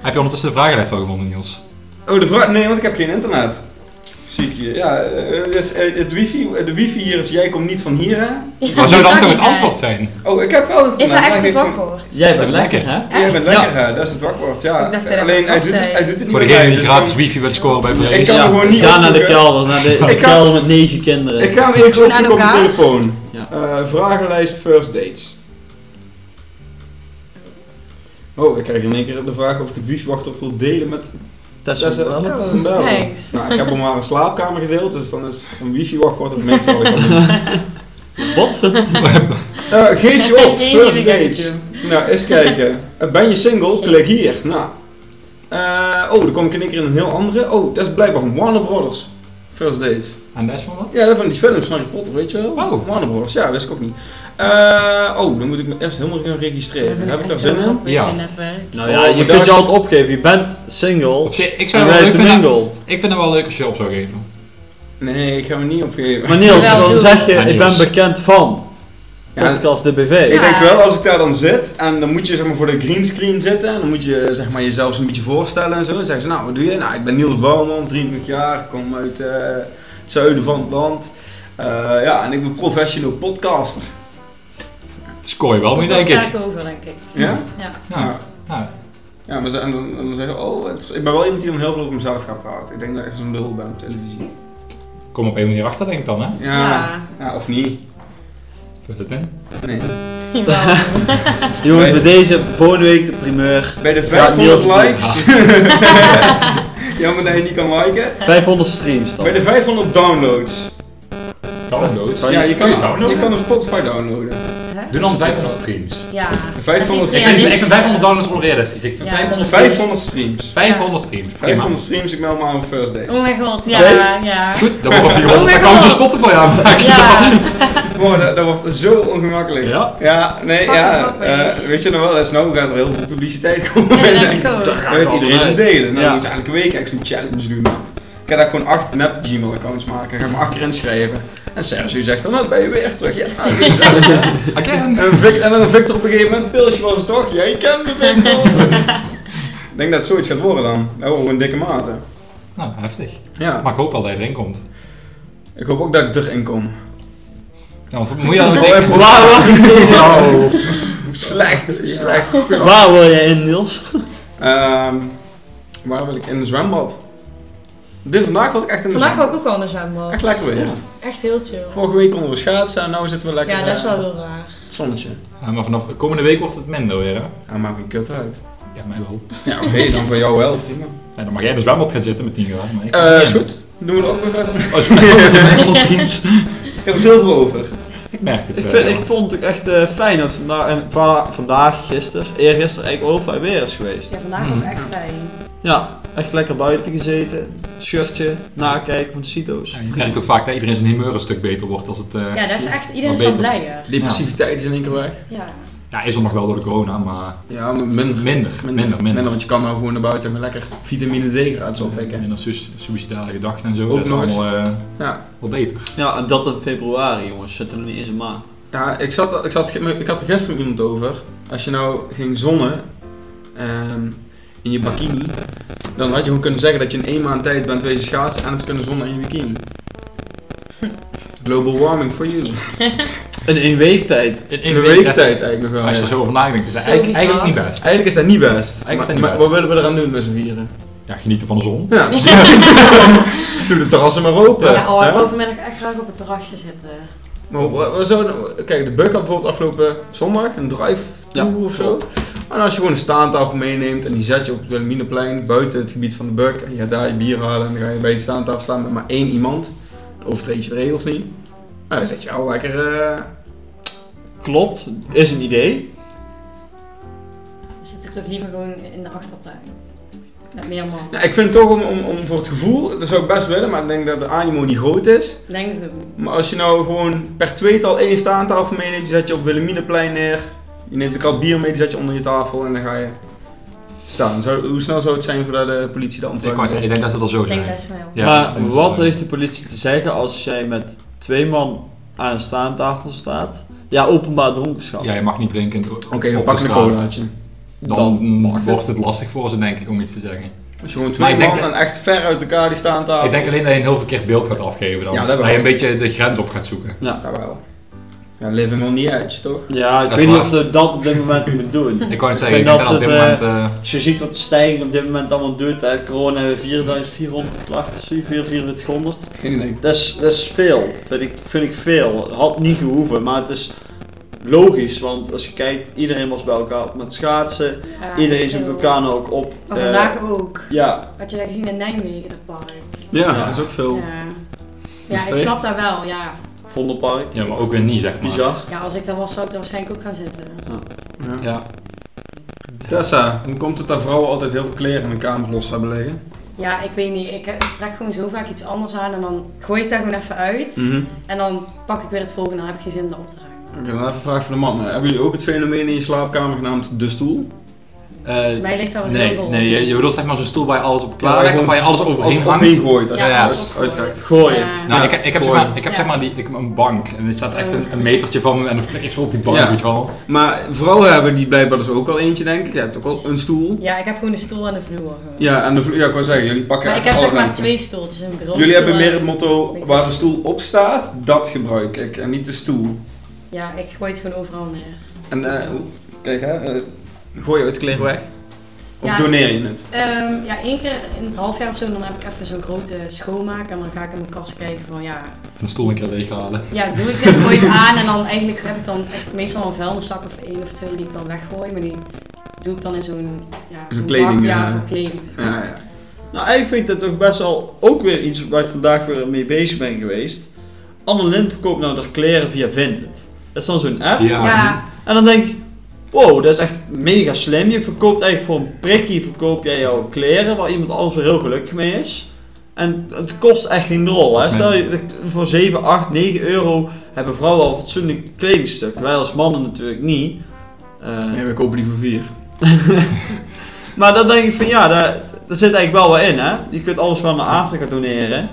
A: Heb je ondertussen de vragenlijst al gevonden, Niels?
B: Oh, de vraag... Nee, want ik heb geen internet. Zie ik hier. Ja, eh, dus, eh, het wifi, de wifi hier is... Jij komt niet van hier, hè?
A: Waar zou dan toch het antwoord zijn?
B: Oh, ik heb wel het
E: Is dat
B: internet,
E: echt
B: maar
E: het
B: ik weet gewoon-
E: wachtwoord?
D: Jij bent lekker, hè?
B: Jij bent
E: Echt?
B: lekker, hè? Dat is het wakwoord, ja.
E: Ik dacht dat dat
B: Alleen, hij
E: ook
B: doet, het-
E: zei.
B: hij doet het niet
A: Voor
B: bij
A: degene
B: mij,
A: die
B: dus
A: gratis
B: dan-
A: wifi wil scoren bij
B: Ik
A: Vrees.
B: kan hem gewoon niet
D: Ga naar de
B: opzoeken.
D: kelder, naar de, de
B: Ik kan-
D: kelder met negen kinderen.
C: eh,
B: Ik ga hem even
E: Zoeken
B: opzoeken op
E: aan
B: mijn
E: elkaar.
B: telefoon.
D: Ja.
B: Eh, vragenlijst first dates. Oh, ik krijg in één keer de vraag of ik het wifi-wachtwoord wil delen met
D: Tessa,
B: Tessa.
D: wel.
B: Van Bel.
C: Thanks.
B: Nou, ik heb hem maar een slaapkamer gedeeld, dus dan is een wifi-wachtwoord het minste wat ik kan doen.
D: Wat?
B: Eh, geef je op,
C: Geen
B: first
C: idee.
B: dates. Nou, eens kijken. Eh, ben je single? Klik hier. Nou. Eh, oh, dan kom ik in één keer in een heel andere. Oh, dat is blijkbaar van Warner Brothers. First dates.
A: En dat is van wat?
B: Ja, dat van die films van Harry Potter, weet je wel?
A: Oh.
B: Warner Brothers, ja, wist ik ook niet. Eh, oh, dan moet ik me eerst helemaal gaan registreren. Heb ik daar zin in?
A: Ja.
C: Ja. netwerk.
D: Nou ja,
B: Oh,
D: je
B: bedankt.
D: kunt je altijd opgeven. Je bent single.
A: Op zich, ik
D: En
A: zou het
D: wij
A: wel
D: zijn
A: leuk
D: te
A: vinden.
D: mingle.
A: Ik vind het wel leuk als je op zou geven.
B: Nee, ik ga me niet opgeven.
D: Maar Niels,
E: Ja,
D: dan
E: doe.
D: zeg je,
A: Ja,
D: ik
A: Niels.
D: ben bekend van.
B: Ja,
D: Podcast de BV.
B: Ik
E: Ja.
B: denk wel, als ik daar dan zit en dan moet je zeg maar, voor de greenscreen zitten en dan moet je zeg maar, jezelf een beetje voorstellen en zo. Dan zeggen ze, nou wat doe je? Nou, ik ben Niels Bouwman, 23 jaar, ik kom uit eh, het zuiden van het land. Eh, ja, en ik ben professional podcaster.
A: Scoor je wel mee,
C: Daar
A: denk
C: sta
A: ik.
C: ik over, denk ik.
B: Ja?
C: Ja.
A: Ja. Nou,
B: Ja, maar ze, en dan, en dan zeggen ze, oh, het is- ik ben wel iemand die dan heel veel over mezelf gaat praten. Ik denk dat ik echt zo'n lul ben op televisie.
A: kom op een manier achter, denk ik dan, hè?
B: Ja, ja of niet.
A: Vul het in.
B: Nee.
C: Jawel.
D: Jongens, bij deze volgende week de primeur.
B: Bij de
D: Ja,
B: 500
D: Niels-
B: likes. Jammer dat je niet kan liken.
D: 500 streams dan.
B: Bij de 500 downloads.
A: Downloads.
B: Ja, je kan,
A: je downloaden?
B: je kan een Spotify downloaden.
A: Doe dan 500 streams.
C: Ja. Dat
B: 500
A: Ik
C: is iets
A: vind, ik
C: realistisch.
A: vind 500 downloads onrealistisch. Ik vind
C: Ja.
A: 500 streams.
B: 500 streams.
A: 500 streams. Prima.
B: 500 streams, ik meld me aan voor first date.
C: Oh mijn god, ja,
D: Nee.
C: ja.
A: Goed, dan wordt
C: Oh
A: je
C: my
A: Dan kan je
C: god.
A: Spotify aanmaken.
C: Ja.
B: Wow, dat, dat wordt zo ongemakkelijk.
A: Ja.
B: nee,
C: Fucking
B: ja.
C: makkelijk.
B: eh, weet je nog wel, dat is nou gaat er heel veel publiciteit
C: Ja,
B: komen.
C: dat
B: En
C: heb ik ook.
B: dan weet iedereen het delen. Nou,
D: Ja.
B: dan moet je elke week echt zo'n challenge doen. Ik ga daar gewoon acht nep Gmail accounts maken. Ga ik me acht keer inschrijven. En Sergio zegt dan, nou ben je weer terug. Ja, nou, gezellig.
A: Again.
B: En, Vic, en dan Victor op een gegeven moment, pilsje was het toch? Jij kent me, Victor. Ik denk dat het zoiets gaat worden dan. Oh, Nou, een dikke mate.
A: Nou, heftig.
B: Ja,
A: Maar ik hoop wel dat je erin komt.
B: ik hoop ook dat ik erin kom.
A: Ja, want moet je aan het
B: Oh,
A: denken?
B: heb- Wauw. Slecht, slecht.
D: Waar wil jij in, Niels?
B: Ehm, waar wil ik? In een zwembad. Dit vandaag wil ik echt in een
E: Vandaag
B: zwembad.
E: wou ik ook al naar zwembad.
B: dus Echt lekker weer.
E: Echt heel chill.
B: Vorige week konden we schaatsen en nu zitten we lekker
E: ja, dat is wel
B: eh,
E: heel raar.
B: het zonnetje.
A: Ja, maar vanaf de komende week wordt het minder weer, hè?
B: Ja, maakt me kut uit.
A: Ja, mij wel.
B: Ja, oké, dan voor jou wel. Prima.
A: Ja, dan mag jij in de zwembad gaan zitten met 10 graden. maar ik-
B: Eh, is goed. Doen we er ook weer verder.
A: Oh, sorry.
B: Ik heb er veel voor over.
A: ik merk het.
D: Ik,
A: eh,
D: vind, ik vond het ook echt eh, fijn dat vandaag, en va- vandaag, gisteren, eergisteren eigenlijk overal weer is
C: Dus
D: geweest.
E: Ja, vandaag was echt fijn.
D: Ja, echt lekker buiten gezeten, shirtje, nakijken van Cito's.
A: ja, je merkt ook vaak dat iedereen zijn humeur een stuk beter wordt als het... eh,
C: Ja, dat is echt, iedereen is
A: Wat
C: wel
A: beter.
C: blijer.
B: Depressiviteit is in één keer weg.
C: Ja.
A: ja, is er nog wel door de corona, maar
B: Ja, maar minder.
A: minder, minder,
B: Minder,
A: minder.
B: want je kan nou gewoon naar buiten en lekker vitamine D gratis oppikken.
A: En dan su- suicidale gedachten en zo,
B: Ook
A: dat is
B: nog eens.
A: allemaal eh,
B: Ja,
A: wel beter.
D: Ja, en dat in februari jongens, zitten nog niet eens een maand.
B: ja ik, zat, ik, zat, ik had er gisteren met iemand over. Als je nou ging zonnen ehm, in je bikini, dan had je gewoon kunnen zeggen dat je in één maand tijd bent wezen schaatsen en het kunnen zonnen in je bikini. Global warming for you.
D: In één week tijd.
A: In,
B: In een week tijd eigenlijk nog wel.
A: Als je er
B: ja.
A: zo over nadenkt, is dat
E: Zo
A: eigenlijk,
E: bizar.
A: eigenlijk niet best.
B: Eigenlijk is dat niet best.
A: Eigenlijk is dat
B: maar,
A: niet
B: maar
A: best.
B: wat willen we eraan doen met z'n vieren?
A: Ja, genieten van de zon.
B: Ja, precies. Doe de terrassen maar open.
C: Ja, oh, ik
B: hè?
C: wil vanmiddag echt graag op het terrasje zitten.
B: Maar we, we zouden- kijk, de Buck had bijvoorbeeld afgelopen zondag een drive tour
D: Ja,
B: of zo. En als je gewoon een staantafel meeneemt en die zet je op het Wilhelminaplein buiten het gebied van de Buck. En je gaat daar je bier halen en dan ga je bij die staantafel staan met maar één iemand. Dan overtreed je de regels niet. Nou, dan zet je al lekker... eh,
D: Klopt, is een idee.
C: Dan zit ik toch liever gewoon in de achtertuin. Met meer man.
B: Nou, ik vind het toch om, om, om voor het gevoel, dat zou ik best willen, maar ik denk dat de animo niet groot is.
C: Denk het ook.
B: Maar als je nou gewoon per tweetal één staantafel meeneemt, die zet je op Wilhelminaplein neer. Je neemt een krat bier mee, die zet je onder je tafel en dan ga je staan. Zou- hoe snel zou het zijn voordat de politie de
A: Ik,
B: antwoord
A: wou zeggen, ik denk dat het al zo
C: Ik denk
A: zijn.
C: best snel.
A: Oh, Ja, ik denk
D: maar
A: dat
D: wat
A: het wel-
D: heeft de politie te zeggen als jij met twee man aan een staantafel staat? Ja, openbaar dronkenschap.
A: Ja, je mag niet drinken. in de-
B: Oké,
A: op
B: we
A: de
B: pakken een
A: straat.
B: colaatje.
A: Dan
D: mag het.
A: wordt het lastig voor ze, denk ik, om iets te zeggen.
B: Als je gewoon
A: Maar
B: twee
A: ik
B: man
A: denk
B: en echt ver uit elkaar die staantafel.
A: Ik denk alleen dat je een heel verkeerd beeld gaat afgeven dan.
B: Ja, dat
A: dus- dat
B: wel.
A: je een beetje de grens op gaat zoeken.
B: Ja, wel. Ja, living on the edge, toch?
D: Ja, ik
A: Dat
D: weet
A: is
D: niet
A: waar.
D: of we dat op dit moment moeten doen.
A: Ik kan het
D: Ik
A: zeggen, ik
D: vind
A: denk dat
D: dat
A: op dit
D: ze het,
A: moment... eh,
D: Als je ziet wat de stijging op dit moment allemaal doet, hè, corona hebben we 4400 klachten, zie je, 4400.
B: Geen idee.
D: Dat is, dat is veel, vind ik, vind ik veel. Had niet gehoeven, maar het is logisch, want als je kijkt, iedereen was bij elkaar op met schaatsen,
C: Ja,
D: iedereen
C: ik
D: zoekt
C: wil-
D: elkaar nou ook op.
C: Maar
D: eh,
C: vandaag ook.
D: ja,
C: Had je dat gezien in Nijmegen, dat park?
B: Ja,
D: Ja.
B: dat is ook veel.
C: Ja,
B: Is
C: ja
B: het
C: ik
B: echt?
C: snap dat wel, ja.
D: Vondelpark,
A: ja, maar ook weer niet, zeg maar.
D: bizar.
C: Ja, als ik daar was, zou ik er waarschijnlijk ook gaan zitten.
B: Ja.
A: Ja.
B: Tessa, hoe komt het dat vrouwen altijd heel veel kleren in hun kamer los hebben liggen?
C: Ja, ik weet niet. Ik eh, trek gewoon zo vaak iets anders aan en dan gooi ik daar gewoon even uit.
B: Mhm.
A: Mhm.
C: En dan pak ik weer het volgende en dan heb ik geen zin om dat op te ruimen.
B: Oké, dan even een vraag voor de mannen. Hebben jullie ook het fenomeen in je slaapkamer genaamd de stoel?
A: Eh,
C: Mij ligt daar wel heel
A: nee,
C: veel
A: nee, je, je bedoelt zeg maar zo'n stoel waar je alles op
B: Ja,
A: klaar legt, of
B: gewoon
A: waar je alles
B: Als
A: overheen
B: het
A: hangt.
B: omheen gooit, als
A: Ja,
B: je
A: ja.
B: alles uittrekt.
D: Gooien.
C: Ja.
A: Nou,
B: Ja,
A: ik, ik heb, zeg
B: mooi.
A: maar, ik heb
C: Ja.
A: zeg maar die, ik, een bank en er staat echt een, een metertje van me en dan flikker ik zo op die bank,
B: Ja.
A: weet je wel.
B: Maar vrouwen hebben die blijkbaar dus ook al eentje, denk ik. Je hebt ook al een stoel.
C: Ja, ik heb gewoon een stoel en een vloer. gewoon.
B: Ja, en de vloer, ja, ik wou zeggen, jullie pakken
C: Maar ik heb
B: echt
C: zeg
B: alle
C: maar
B: ruimte.
C: twee stoeltjes, een bureau.
B: Jullie hebben meer het motto, waar de stoel op staat, dat gebruik ik. En niet de stoel.
C: Ja, ik gooi het gewoon overal neer.
B: En eh, hoe- kijk hè, eh, gooi je het kleren weg? Of
C: Ja,
B: doneer je het?
C: Ehm, ja, één keer in het half jaar of zo, dan heb ik even zo'n grote schoonmaak. En dan ga ik in mijn kast kijken van ja,
A: Een stoel een keer leeghalen.
C: ja doe ik dit ooit aan? En dan eigenlijk heb ik dan echt meestal een vuilniszak of één of twee die ik dan weggooi. Maar die doe ik dan in zo'n ja,
B: Zo'n
C: zo'n
B: kleding,
C: bak, ja,
B: eh,
C: voor kleding.
B: Ja, ja.
D: Nou, eigenlijk vind ik dat toch best wel ook weer iets waar ik vandaag weer mee bezig ben geweest. Anne Lind verkoopt nou haar kleren via Vinted. Dat is dan zo'n app.
A: Ja.
C: Ja,
D: En dan denk ik, wow, dat is echt mega slim. Je verkoopt eigenlijk voor een prikkie verkoop jij jouw kleren, waar iemand anders weer heel gelukkig mee is. En het kost echt geen rol. Hè? Stel je dat voor 7, 8, 9 euro hebben vrouwen al een fatsoenlijk kledingstuk. Wij als mannen natuurlijk niet. Eh,
B: we kopen die voor vier.
D: maar dan denk ik van ja, daar, daar zit eigenlijk wel wat in. Hè? Je kunt alles wel naar Afrika doneren.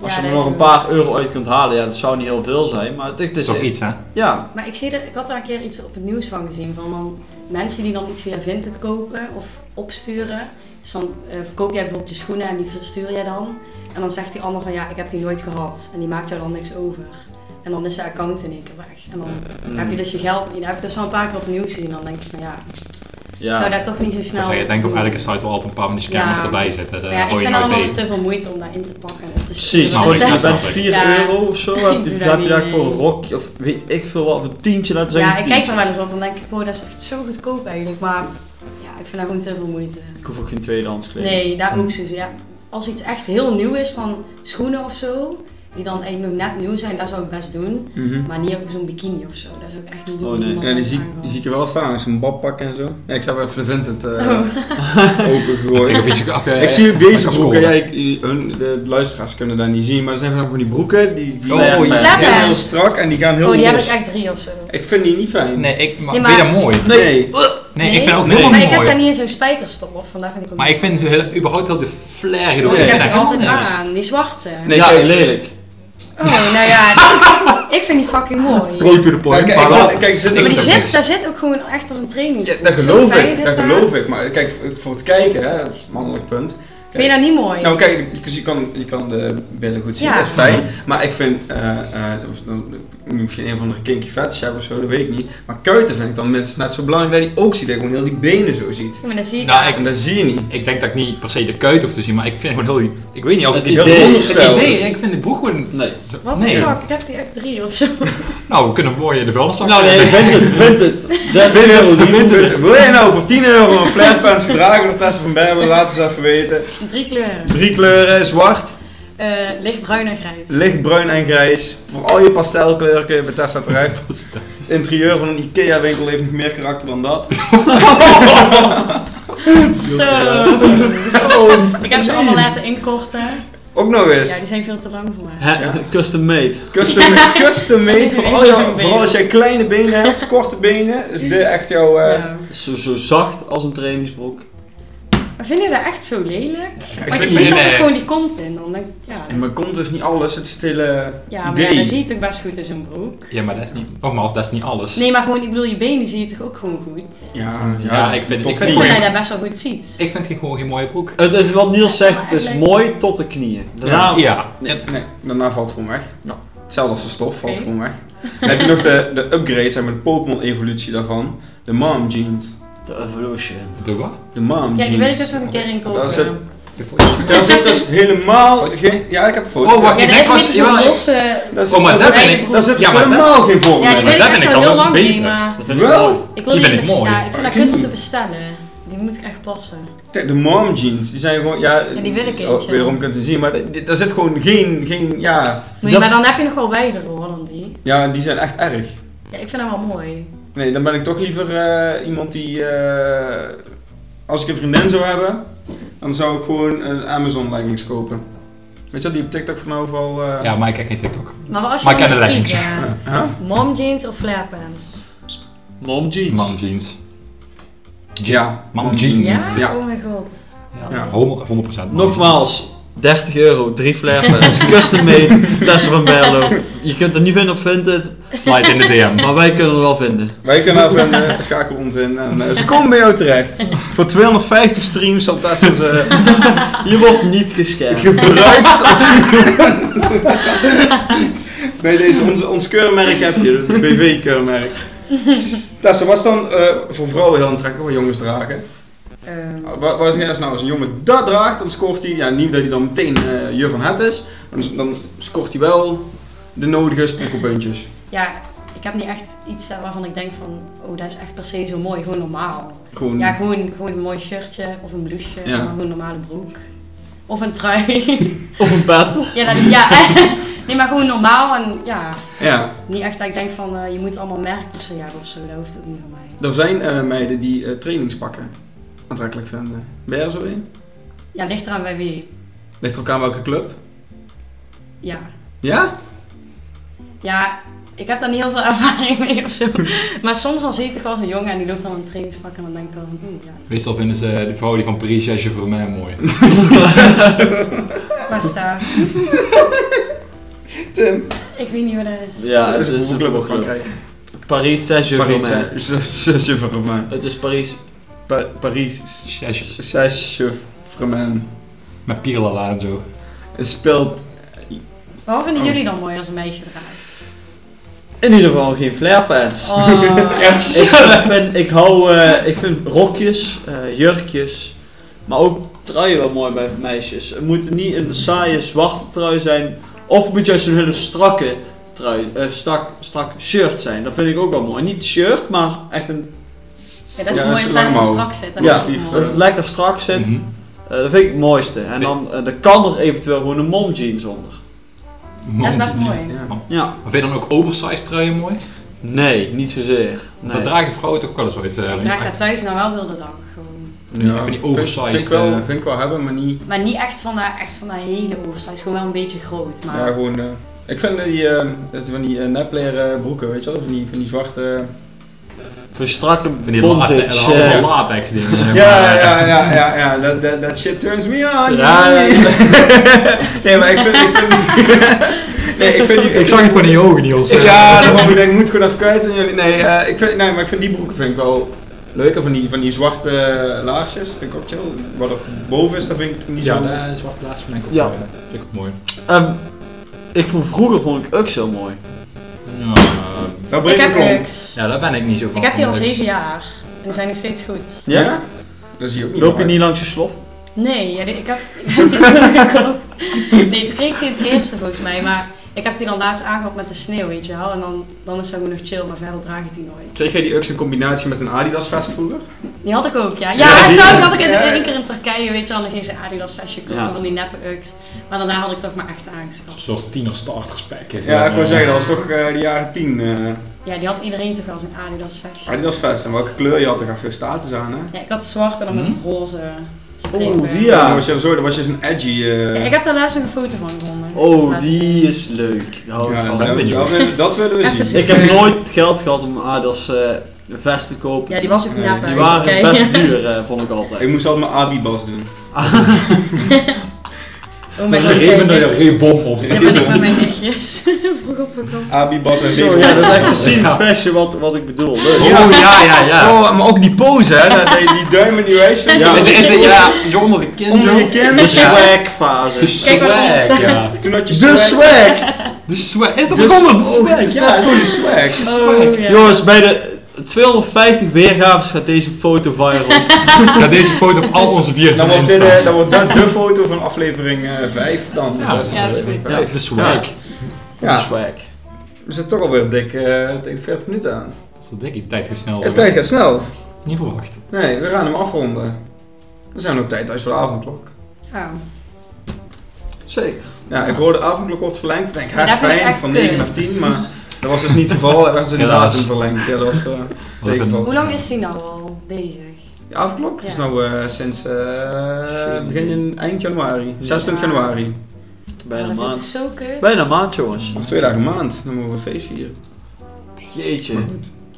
D: Als
C: Ja,
D: je er
C: dat
D: nog
C: is
D: een
C: wel-
D: paar euro uit kunt halen, ja, dat zou niet heel veel zijn. Maar het, het
A: Dat
D: is
A: is toch iets, hè?
D: Ja,
C: Maar ik, zie er, ik had daar een keer iets op het nieuws van gezien. Van dan mensen die dan iets via Vinted kopen of opsturen. Dus dan eh, verkoop jij bijvoorbeeld je schoenen en die verstuur jij dan. En dan zegt die ander van ja, ik heb die nooit gehad. En die maakt jou dan niks over. En dan is zijn account in één keer weg. En dan
D: Hmm.
C: heb je dus je geld niet. Dat heb ik dus wel een paar keer opnieuw gezien. Dan denk ik van ja, ik zou
D: Ja.
C: daar toch niet zo snel...
A: Ik je denkt op
C: doen.
A: elke eh, site wel altijd een paar van die scammers
C: Nou. Ja.
A: erbij zitten.
C: Maar
A: Daar
C: ja, ik
A: hou je
C: vind
A: nooit
C: allemaal nog
A: tegen.
C: te veel moeite om daarin te pakken en op te
D: Precies,
C: sturen.
A: Nou,
D: voor
A: ik
C: Dus
A: snap
D: je
C: dat-
A: het.
D: bent 4
C: Ja.
D: euro of zo, heb je,
C: doe
D: heb
C: daar
D: je
C: niet
D: daar voor een
C: mee.
D: rokje of weet ik veel wat, of een tientje, laten we
C: ja,
D: zeggen.
C: ik
D: een
C: kijk
D: tientje.
C: er wel eens op en denk ik, wow, dat is echt zo goedkoop eigenlijk. Maar ja, ik vind daar gewoon te veel moeite.
D: Ik hoef ook geen tweedehands kleding.
C: Nee, daar ook zo. Ja, als iets echt heel nieuw is, dan schoenen of zo, die dan echt nog net nieuw zijn, dat zou ik best doen.
B: Mhm.
C: Maar niet op zo'n bikini of zo, dat zou ik echt niet doen.
D: Oh, nee.
C: Niemand
B: Ja, die
C: heeft
B: zie,
C: aangehad.
B: die zie ik er wel staan, zo'n badpak en zo. Ja, ik heb even de Vinted eh
C: Oh.
B: opengegooid.
A: Ik, of iets- of, eh,
B: Ik zie ook deze
A: kan
B: broeken.
A: scrollen.
B: Ja, ik- hun, de luisteraars kunnen dat niet zien, maar er zijn vanaf van die broeken. Die, die
A: Oh,
B: zijn
A: oh, ja.
B: heel-
C: Flappen.
B: heel strak en die gaan heel
C: Oh, die heb ik
B: los.
C: echt drie of zo.
B: Ik vind die niet fijn.
A: Nee, ik maar,
C: Nee,
A: vind je
C: maar-
A: dat mooi.
B: Nee.
A: Nee, ik vind het ook
B: Nee.
A: helemaal
C: Oh, Maar
A: niet
C: ik heb
A: mooi.
C: daar niet in zo'n spijkerstof, vandaar vind ik hem
A: Maar ik vind zo heel, überhaupt heel de flair
C: Oh,
A: erdoor.
C: die
B: Nee,
C: heb
A: vind
C: ik
A: dat
C: altijd
A: helemaal niks.
C: aan, die zwarte.
B: Nee,
D: ja,
B: kijk.
D: lelijk.
C: Oh, nou ja, ik vind die fucking mooi.
D: Straight to the
B: Maar
D: point.
B: kijk,
D: maar
B: ik
D: wel-
B: vond- kijk, er zit
A: Nee,
C: Maar
B: een-
C: die
A: Dat is
C: zit,
A: niks.
C: daar zit ook gewoon echt als een training.
B: Ja, dat geloof ik, dat geloof ik. Maar kijk, voor het kijken, hè, dat is een mannelijk punt.
C: Vind je dat niet mooi?
B: Nou kijk, je, je kan, je kan de billen goed zien,
C: Ja.
B: dat is fijn. Maar ik vind, eh eh of, misschien een van de kinky fetish hebben of zo, dat weet ik niet. Maar kuiten vind ik dan minstens net zo belangrijk dat je die ook ziet, dat je gewoon heel die benen zo ziet.
C: Ja, maar dan zie je
A: Nou,
C: ja,
A: ik-
B: En dat zie je niet.
A: Ik denk dat ik niet per se de kuit hoef te zien, maar ik vind gewoon heel... Ik weet niet, als
D: Het
A: het
B: Heel
D: idee.
A: Het
B: onderstel.
A: idee, ik vind de broek gewoon...
D: Nee.
C: Wat
A: nee.
C: de fuck, ik heb die echt drie of zo.
A: Nou, we kunnen mooi in de vuilnisbak
D: Nou nee,
A: zetten.
D: ik vind het, vind het. Dat
B: Wil
D: wil
B: je,
D: ik niet.
B: wil jij nou voor 10 euro een flatpants gedragen door Tessa van Berber? Laat het eens even weten.
C: Drie kleuren.
B: Drie kleuren, zwart,
C: Eh, lichtbruin en grijs.
B: lichtbruin en grijs. Voor al je pastelkleuren kun je bij Tessa terecht. Het interieur van een Ikea winkel heeft nog meer karakter dan dat.
C: Zo. ik heb ze allemaal laten inkorten.
B: Ook nog eens.
C: Ja, die zijn veel te lang voor mij.
D: Hè, Custom made.
B: Custom, custom made, vooral, jou, vooral als jij kleine benen hebt, korte benen, is dit echt jouw... eh,
C: Ja.
D: Zo, zo zacht als een trainingsbroek.
C: Maar vind je dat echt zo lelijk?
A: Ik
C: Want je
A: vind
C: ziet
A: het
C: dat er
A: heel-
C: gewoon die kont in. Dan denk ik, ja,
B: En maar komt dus niet alles, het is het hele
C: ja, maar
B: idee.
C: ja, dan zie je het ook best goed in zo'n broek.
A: Ja, maar dat is niet... Nogmaals, dat is niet alles.
C: Nee, maar gewoon, ik bedoel, je benen zie je toch ook gewoon goed?
B: ja, ja,
A: Ja, ik vind-
B: tot
A: ik
C: Ik
A: vind-
C: vind
A: Mooi.
C: dat je dat best wel goed ziet.
A: Ik vind het gewoon geen mooie broek.
D: Het is wat Niels zegt, het is mooi tot de knieën. Daarna,
A: Ja.
B: Nee, nee, daarna valt het gewoon weg.
A: Ja.
B: Hetzelfde als de stof, valt
C: Oké.
B: gewoon weg. Dan heb je nog de, de upgrade, zeg maar, de Pokémon-evolutie daarvan. De mom jeans.
D: de evolution.
A: De wat?
B: De mom
C: ja,
B: jeans.
C: die wil ik dus nog een keer inkopen.
B: Daar zit-
A: De vo-
B: Daar zit dus helemaal geen... Ja, ik heb een foto.
A: Oh, wacht.
C: Ja,
A: Ik
C: dat
A: denk
C: is een
A: als-
C: beetje zo'n
A: ja,
C: losse...
B: Daar zit,
A: Oh, maar
B: daar
A: dat
B: zit-
A: vind ik-
B: daar zit dus
A: Ja, maar dat-
B: helemaal geen vorm
C: Ja, die
B: in.
C: wil ik
A: dat
C: echt
A: vind ik
C: al heel
A: dan
C: lang
A: beter.
C: mee, maar...
D: Dat vind ik
B: Wel.
D: mooi.
C: Ik wil
A: Die
C: die
A: vind ik
C: best-
A: mooi.
C: Ja, ik vind dat kut om te bestellen. Die moet ik echt passen.
B: Kijk, de mom jeans, die zijn gewoon, ja...
C: Ja, die wil ik
B: oh,
C: eentje.
B: Wederom kunt u zien, maar dit- dit- daar zit gewoon geen, geen, ja...
C: Moet je- Maar dan heb je nog wel wijder hoor dan die.
B: Ja, die zijn echt erg.
C: Ja, ik vind hem wel mooi.
B: Nee, dan ben ik toch liever eh, iemand die... eh, als ik een vriendin zou hebben, dan zou ik gewoon een Amazon leggings kopen. Weet je wel, die op TikTok van overal... eh,
A: Ja, maar ik kijk geen TikTok.
C: Maar als je
A: Maar ik
C: dan
A: ken
C: moest
A: de leggings.
C: kiezen,
B: huh?
C: mom jeans of flare-pants?
D: Mom jeans.
A: Mom jeans.
B: Ja.
A: Mom jeans.
C: Ja?
B: Ja.
C: Oh mijn god.
A: Ja, 100%. mom jeans.
D: Nogmaals, 30 euro, 3 flairpants, custom made, Tessa van Berlo. Je kunt het niet vinden op Vinted,
A: Slide in de DM.
D: maar wij kunnen het wel vinden.
B: Wij kunnen even een eh, schakel ons in en eh, ze komen bij jou terecht. Voor 250 streams zal Tessa ze
D: Je wordt niet geschermd.
B: gebruikt. Bij deze, ons, ons keurmerk heb je, het BV-keurmerk. Tessa, wat is dan eh, voor vrouwen heel aantrekkelijk wat jongens dragen?
C: Ehm,
B: Wat is nou, als een jongen dat draagt, dan scoort hij, ja, niet dat hij dan meteen eh je van het is, dan, dan scoort hij wel de nodige spiegelpuntjes.
C: ja, ik heb niet echt iets eh, waarvan ik denk van, oh dat is echt per se zo mooi. Gewoon normaal.
B: Gewoon,
C: Ja, gewoon, gewoon een mooi shirtje of een blouseje
B: Ja.
C: of gewoon een normale broek. Of een trui.
D: Of een pet.
C: ja, dat, ja. nee, maar gewoon normaal en ja,
B: ja.
C: Niet echt dat ik denk van eh, je moet allemaal merkkosten hebben of zo, dat hoeft ook niet van mij.
B: Er zijn eh, meiden die eh, trainingspakken aantrekkelijk vinden. Ben jij er zo in?
C: Ja, ligt eraan bij wie.
B: Ligt er ook aan welke club?
C: Ja.
B: Ja?
C: Ja, ik heb daar niet heel veel ervaring mee of zo. Maar soms dan zie ik toch wel zo'n jongen en die loopt dan een trainingspak en dan denk ik wel van, hmm, ja,
A: Meestal vinden ze de vrouw die van Paris Saint voor mij mooi.
C: waar staat?
B: Tim.
C: Ik weet niet wat dat is.
D: Ja,
B: dat is
D: het is
B: een
D: dus een
B: club
D: voetbalclub.
B: Frankrijk.
D: Paris
B: Paris
D: Saint-Germain.
B: Saint-Germain.
D: Het is Paris.
B: Pa- Paris Saint-Germain.
A: Met Pirla en zo.
B: Speelt
C: Waarom vinden
B: Oh.
C: jullie dan mooi als een meisje draait?
D: In ieder geval geen flare pads.
C: Oh.
D: Ik, vind, ik hou, eh, ik vind rokjes, eh, jurkjes, maar ook truien wel mooi bij meisjes. Het moet niet een saaie zwarte trui zijn, of het moet juist een hele strakke trui, eh, strak, strak shirt zijn. Dat vind ik ook wel mooi. Niet shirt, maar echt een,
C: Ja, dat is
B: Ja,
C: mooi
B: is
C: als
B: lang
C: hij er
B: mouw.
C: strak zit. Dat
D: Ja,
C: is ook
B: lief,
C: mooi.
D: dat lekker strak zit.
A: Mhm.
D: Eh, dat vind ik het mooiste. En dan eh, er kan er eventueel gewoon een mom jeans onder.
A: Man,
C: Dat is best
A: die-
C: mooi.
B: ja.
D: Ja.
A: Maar Vind je dan ook oversized truien mooi?
D: Nee, niet zozeer.
A: Want
D: Nee.
A: Dat dragen vrouwen toch ook wel eens ooit. eh,
C: Ik draag dat thuis nou wel wilde dag. Gewoon.
A: Ja, van die oversized,
B: Vind ik wel,
A: eh,
B: vind ik wel hebben, maar niet.
C: Maar niet echt van dat, echt van dat hele oversize. Gewoon wel een beetje groot. Maar
B: Ja, gewoon. eh, ik vind die, eh, dat van die eh, nepleren broeken, weet je wel? Van die, van die zwarte.
D: Voor strakke
A: Van die
D: bondage.
A: late-
D: eh,
A: latex dingen. zeg maar. eh,
B: Ja, eh, ja, ja, ja, ja. That, that, that shit turns me on.
D: Ja, ja, ja.
B: nee, maar ik vind. Ik vind nee, ik vind die.
A: Ik zag het gewoon in je ogen, Niels.
B: Ik- ja, daarom ik denk, ik moet gewoon even kwijt aan jullie. Nee, eh, ik vind, nee, maar ik vind die broeken vind ik wel leuker. Van die, van die zwarte eh, laarsjes, vind ik ook chill. Wat er boven is, dat vind ik niet
A: Ja,
B: zo.
A: dat is wat plaats vind ik ook,
D: Ja.
A: ja. vind ik ook mooi.
D: Ehm, ik vond vroeger vond ik Ux heel mooi.
A: Ja,
B: Dat
C: ik
B: breekt
C: heb
B: me klomp.
C: niks.
A: ja, daar ben ik niet zo van.
C: Ik heb die al
A: Dus-
C: zeven jaar. En die zijn nog steeds goed.
B: Ja? Dat zie je ook niet.
D: Loop je
B: vaak.
D: niet langs je slof?
C: Nee, ja, die- ik heb, ik heb die toen gekocht. Nee, toen kreeg ik die het eerste volgens mij. Maar ik heb die dan laatst aangehad met de sneeuw, weet je wel. En dan, dan is dat gewoon nog chill, maar verder draag ik die nooit.
B: Kreeg jij die Ux in combinatie met een Adidas vest vroeger?
C: Die had ik ook, ja. Ja,
D: Ja, die-
C: trouwens had ik in
B: ja.
C: één keer in Turkije, weet je wel. Dan ging ze Adidas vestje kopen
D: Ja.
C: van die neppe UX. Maar daarna had ik toch maar echt aangeschaft.
A: Een soort tiener starterspek is
B: Ja, ik
A: wil
B: wou zeggen, dat was toch eh, de jaren 10. eh,
C: Ja, die had iedereen toch wel zo'n Adidas vestje.
B: Adidas vest. En welke kleur je had, er gaan veel status aan, hè?
C: Ja, ik had zwart en dan met
A: Hm?
C: roze strepen.
D: Oeh, Oh, die eh,
B: Ja. Dan
D: ja.
B: was je zo, dan was je zo'n edgy. eh,
C: Ja, ik heb daar laatst nog een foto van gevonden.
D: Oh,
C: Maar-
D: die is leuk. Daar hou ik
B: ja,
D: van.
B: Oh, dat,
A: ben je.
B: dat willen- dat willen
C: Even
B: we dus zien.
D: Ik heb nooit het geld gehad om Adidas eh, een vest te kopen.
C: Ja, die was ook
B: Nee,
C: nep.
B: die
C: hè,
D: Die
C: dus
D: waren
C: oké.
D: best duur, eh, vond ik altijd.
B: Ik moest altijd mijn Abibas doen.
C: Oh
A: Dat
C: mijn
A: is
C: god.
A: een reden dat je
C: Dit
A: er geen bom op
C: dit
A: zit.
C: ben ik met mijn nichtjes. Vroeg op vakantie.
B: Abibas en
D: Zo,
B: Lego.
D: ja, dat is echt precies het vestje wat, wat ik bedoel. Leuk.
A: Oh, ja, ja, ja.
B: Oh, maar ook die pose, hè? Dat- die, die duim in die wijs.
C: Ja.
A: Is,
B: Ja.
A: is, is, ja, is onder de kin.
B: Onder
A: zo.
B: je kin.
D: De
A: Ja.
D: swag fase.
C: Kijk wat erop
A: Swag,
C: staat.
A: ja.
B: Toen had je
D: De swag!
A: De swag. Is dat
B: Dus-
A: gewoon een
B: oh,
A: swag?
B: dus dat is gewoon de swag.
D: Ah,
A: Swag.
C: ja.
D: Jongens, bij de 250 weergaves gaat deze foto viral.
A: Ga deze foto op al onze viertjes
B: Dan wordt, dit,
A: instaan.
B: eh, dan wordt dat de foto van aflevering 5 dan.
A: Ja,
B: Dat
C: ja, is
B: aflevering
C: goed.
B: vijf.
A: Ja, dus de swag. Dat
D: De
B: Ja,
D: swag.
B: we zitten toch alweer dik eh, tegen 40 minuten aan.
A: is wel dik, die tijd gaat snel.
B: De tijd gaat snel.
A: Niet verwacht.
B: Nee, we gaan hem afronden. We zijn op tijd thuis voor de avondklok.
C: Ja.
D: Zeker.
B: Ja, ik hoorde de avondklok wordt verlengd. Ik denk,
C: Ja,
B: ha,
C: dat vind ik
B: fijn,
C: echt
B: van 9
C: kut.
B: naar 10. Maar dat was dus niet het geval. Er was een
A: Helaas.
B: datum verlengd. Ja, dat was eh
A: Wat een-
B: tegenval.
C: Hoe lang is die nou al bezig?
B: De avondklok is
C: Ja.
B: nou eh, sinds eh, begin in, eind januari. 26 januari.
D: Bijna
C: Ja, dat vind
D: maand.
C: ik zo kut.
D: Bijna maand, jongens.
B: Nog twee dagen een maand. Dan moeten we een feest vieren.
D: Jeetje.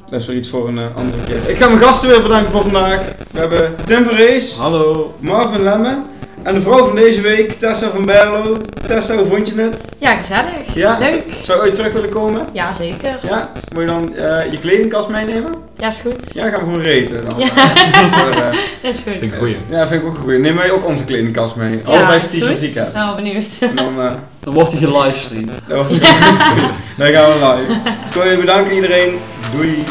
B: Dat is weer iets voor een eh, andere keer. Ik ga mijn gasten weer bedanken voor vandaag. We hebben Tim Verrees,
D: Hallo.
B: Marvin Lemme en de vrouw van deze week, Tessa van Berlo. Tessa, hoe vond je het?
C: Ja, gezellig.
B: Ja?
C: Leuk.
B: Zou je ooit terug willen komen?
C: Ja, zeker.
B: Ja? Moet je dan eh, je kledingkast meenemen?
C: Ja, is goed.
B: Ja, gaan we gewoon reten dan.
C: Ja.
B: Voor, eh,
C: Is goed.
A: Vind ik een goeie.
B: ja, vind ik ook een goeie. Neem wij ook onze kledingkast mee.
C: Ja,
B: Alle vijf
C: is
B: t-shirts
C: goed.
B: die ik heb.
C: Nou, benieuwd.
B: En dan... eh,
D: Dan wordt hij gelivestreamd.
B: Dan gaan we live. Ik wil jullie bedanken iedereen. Doei.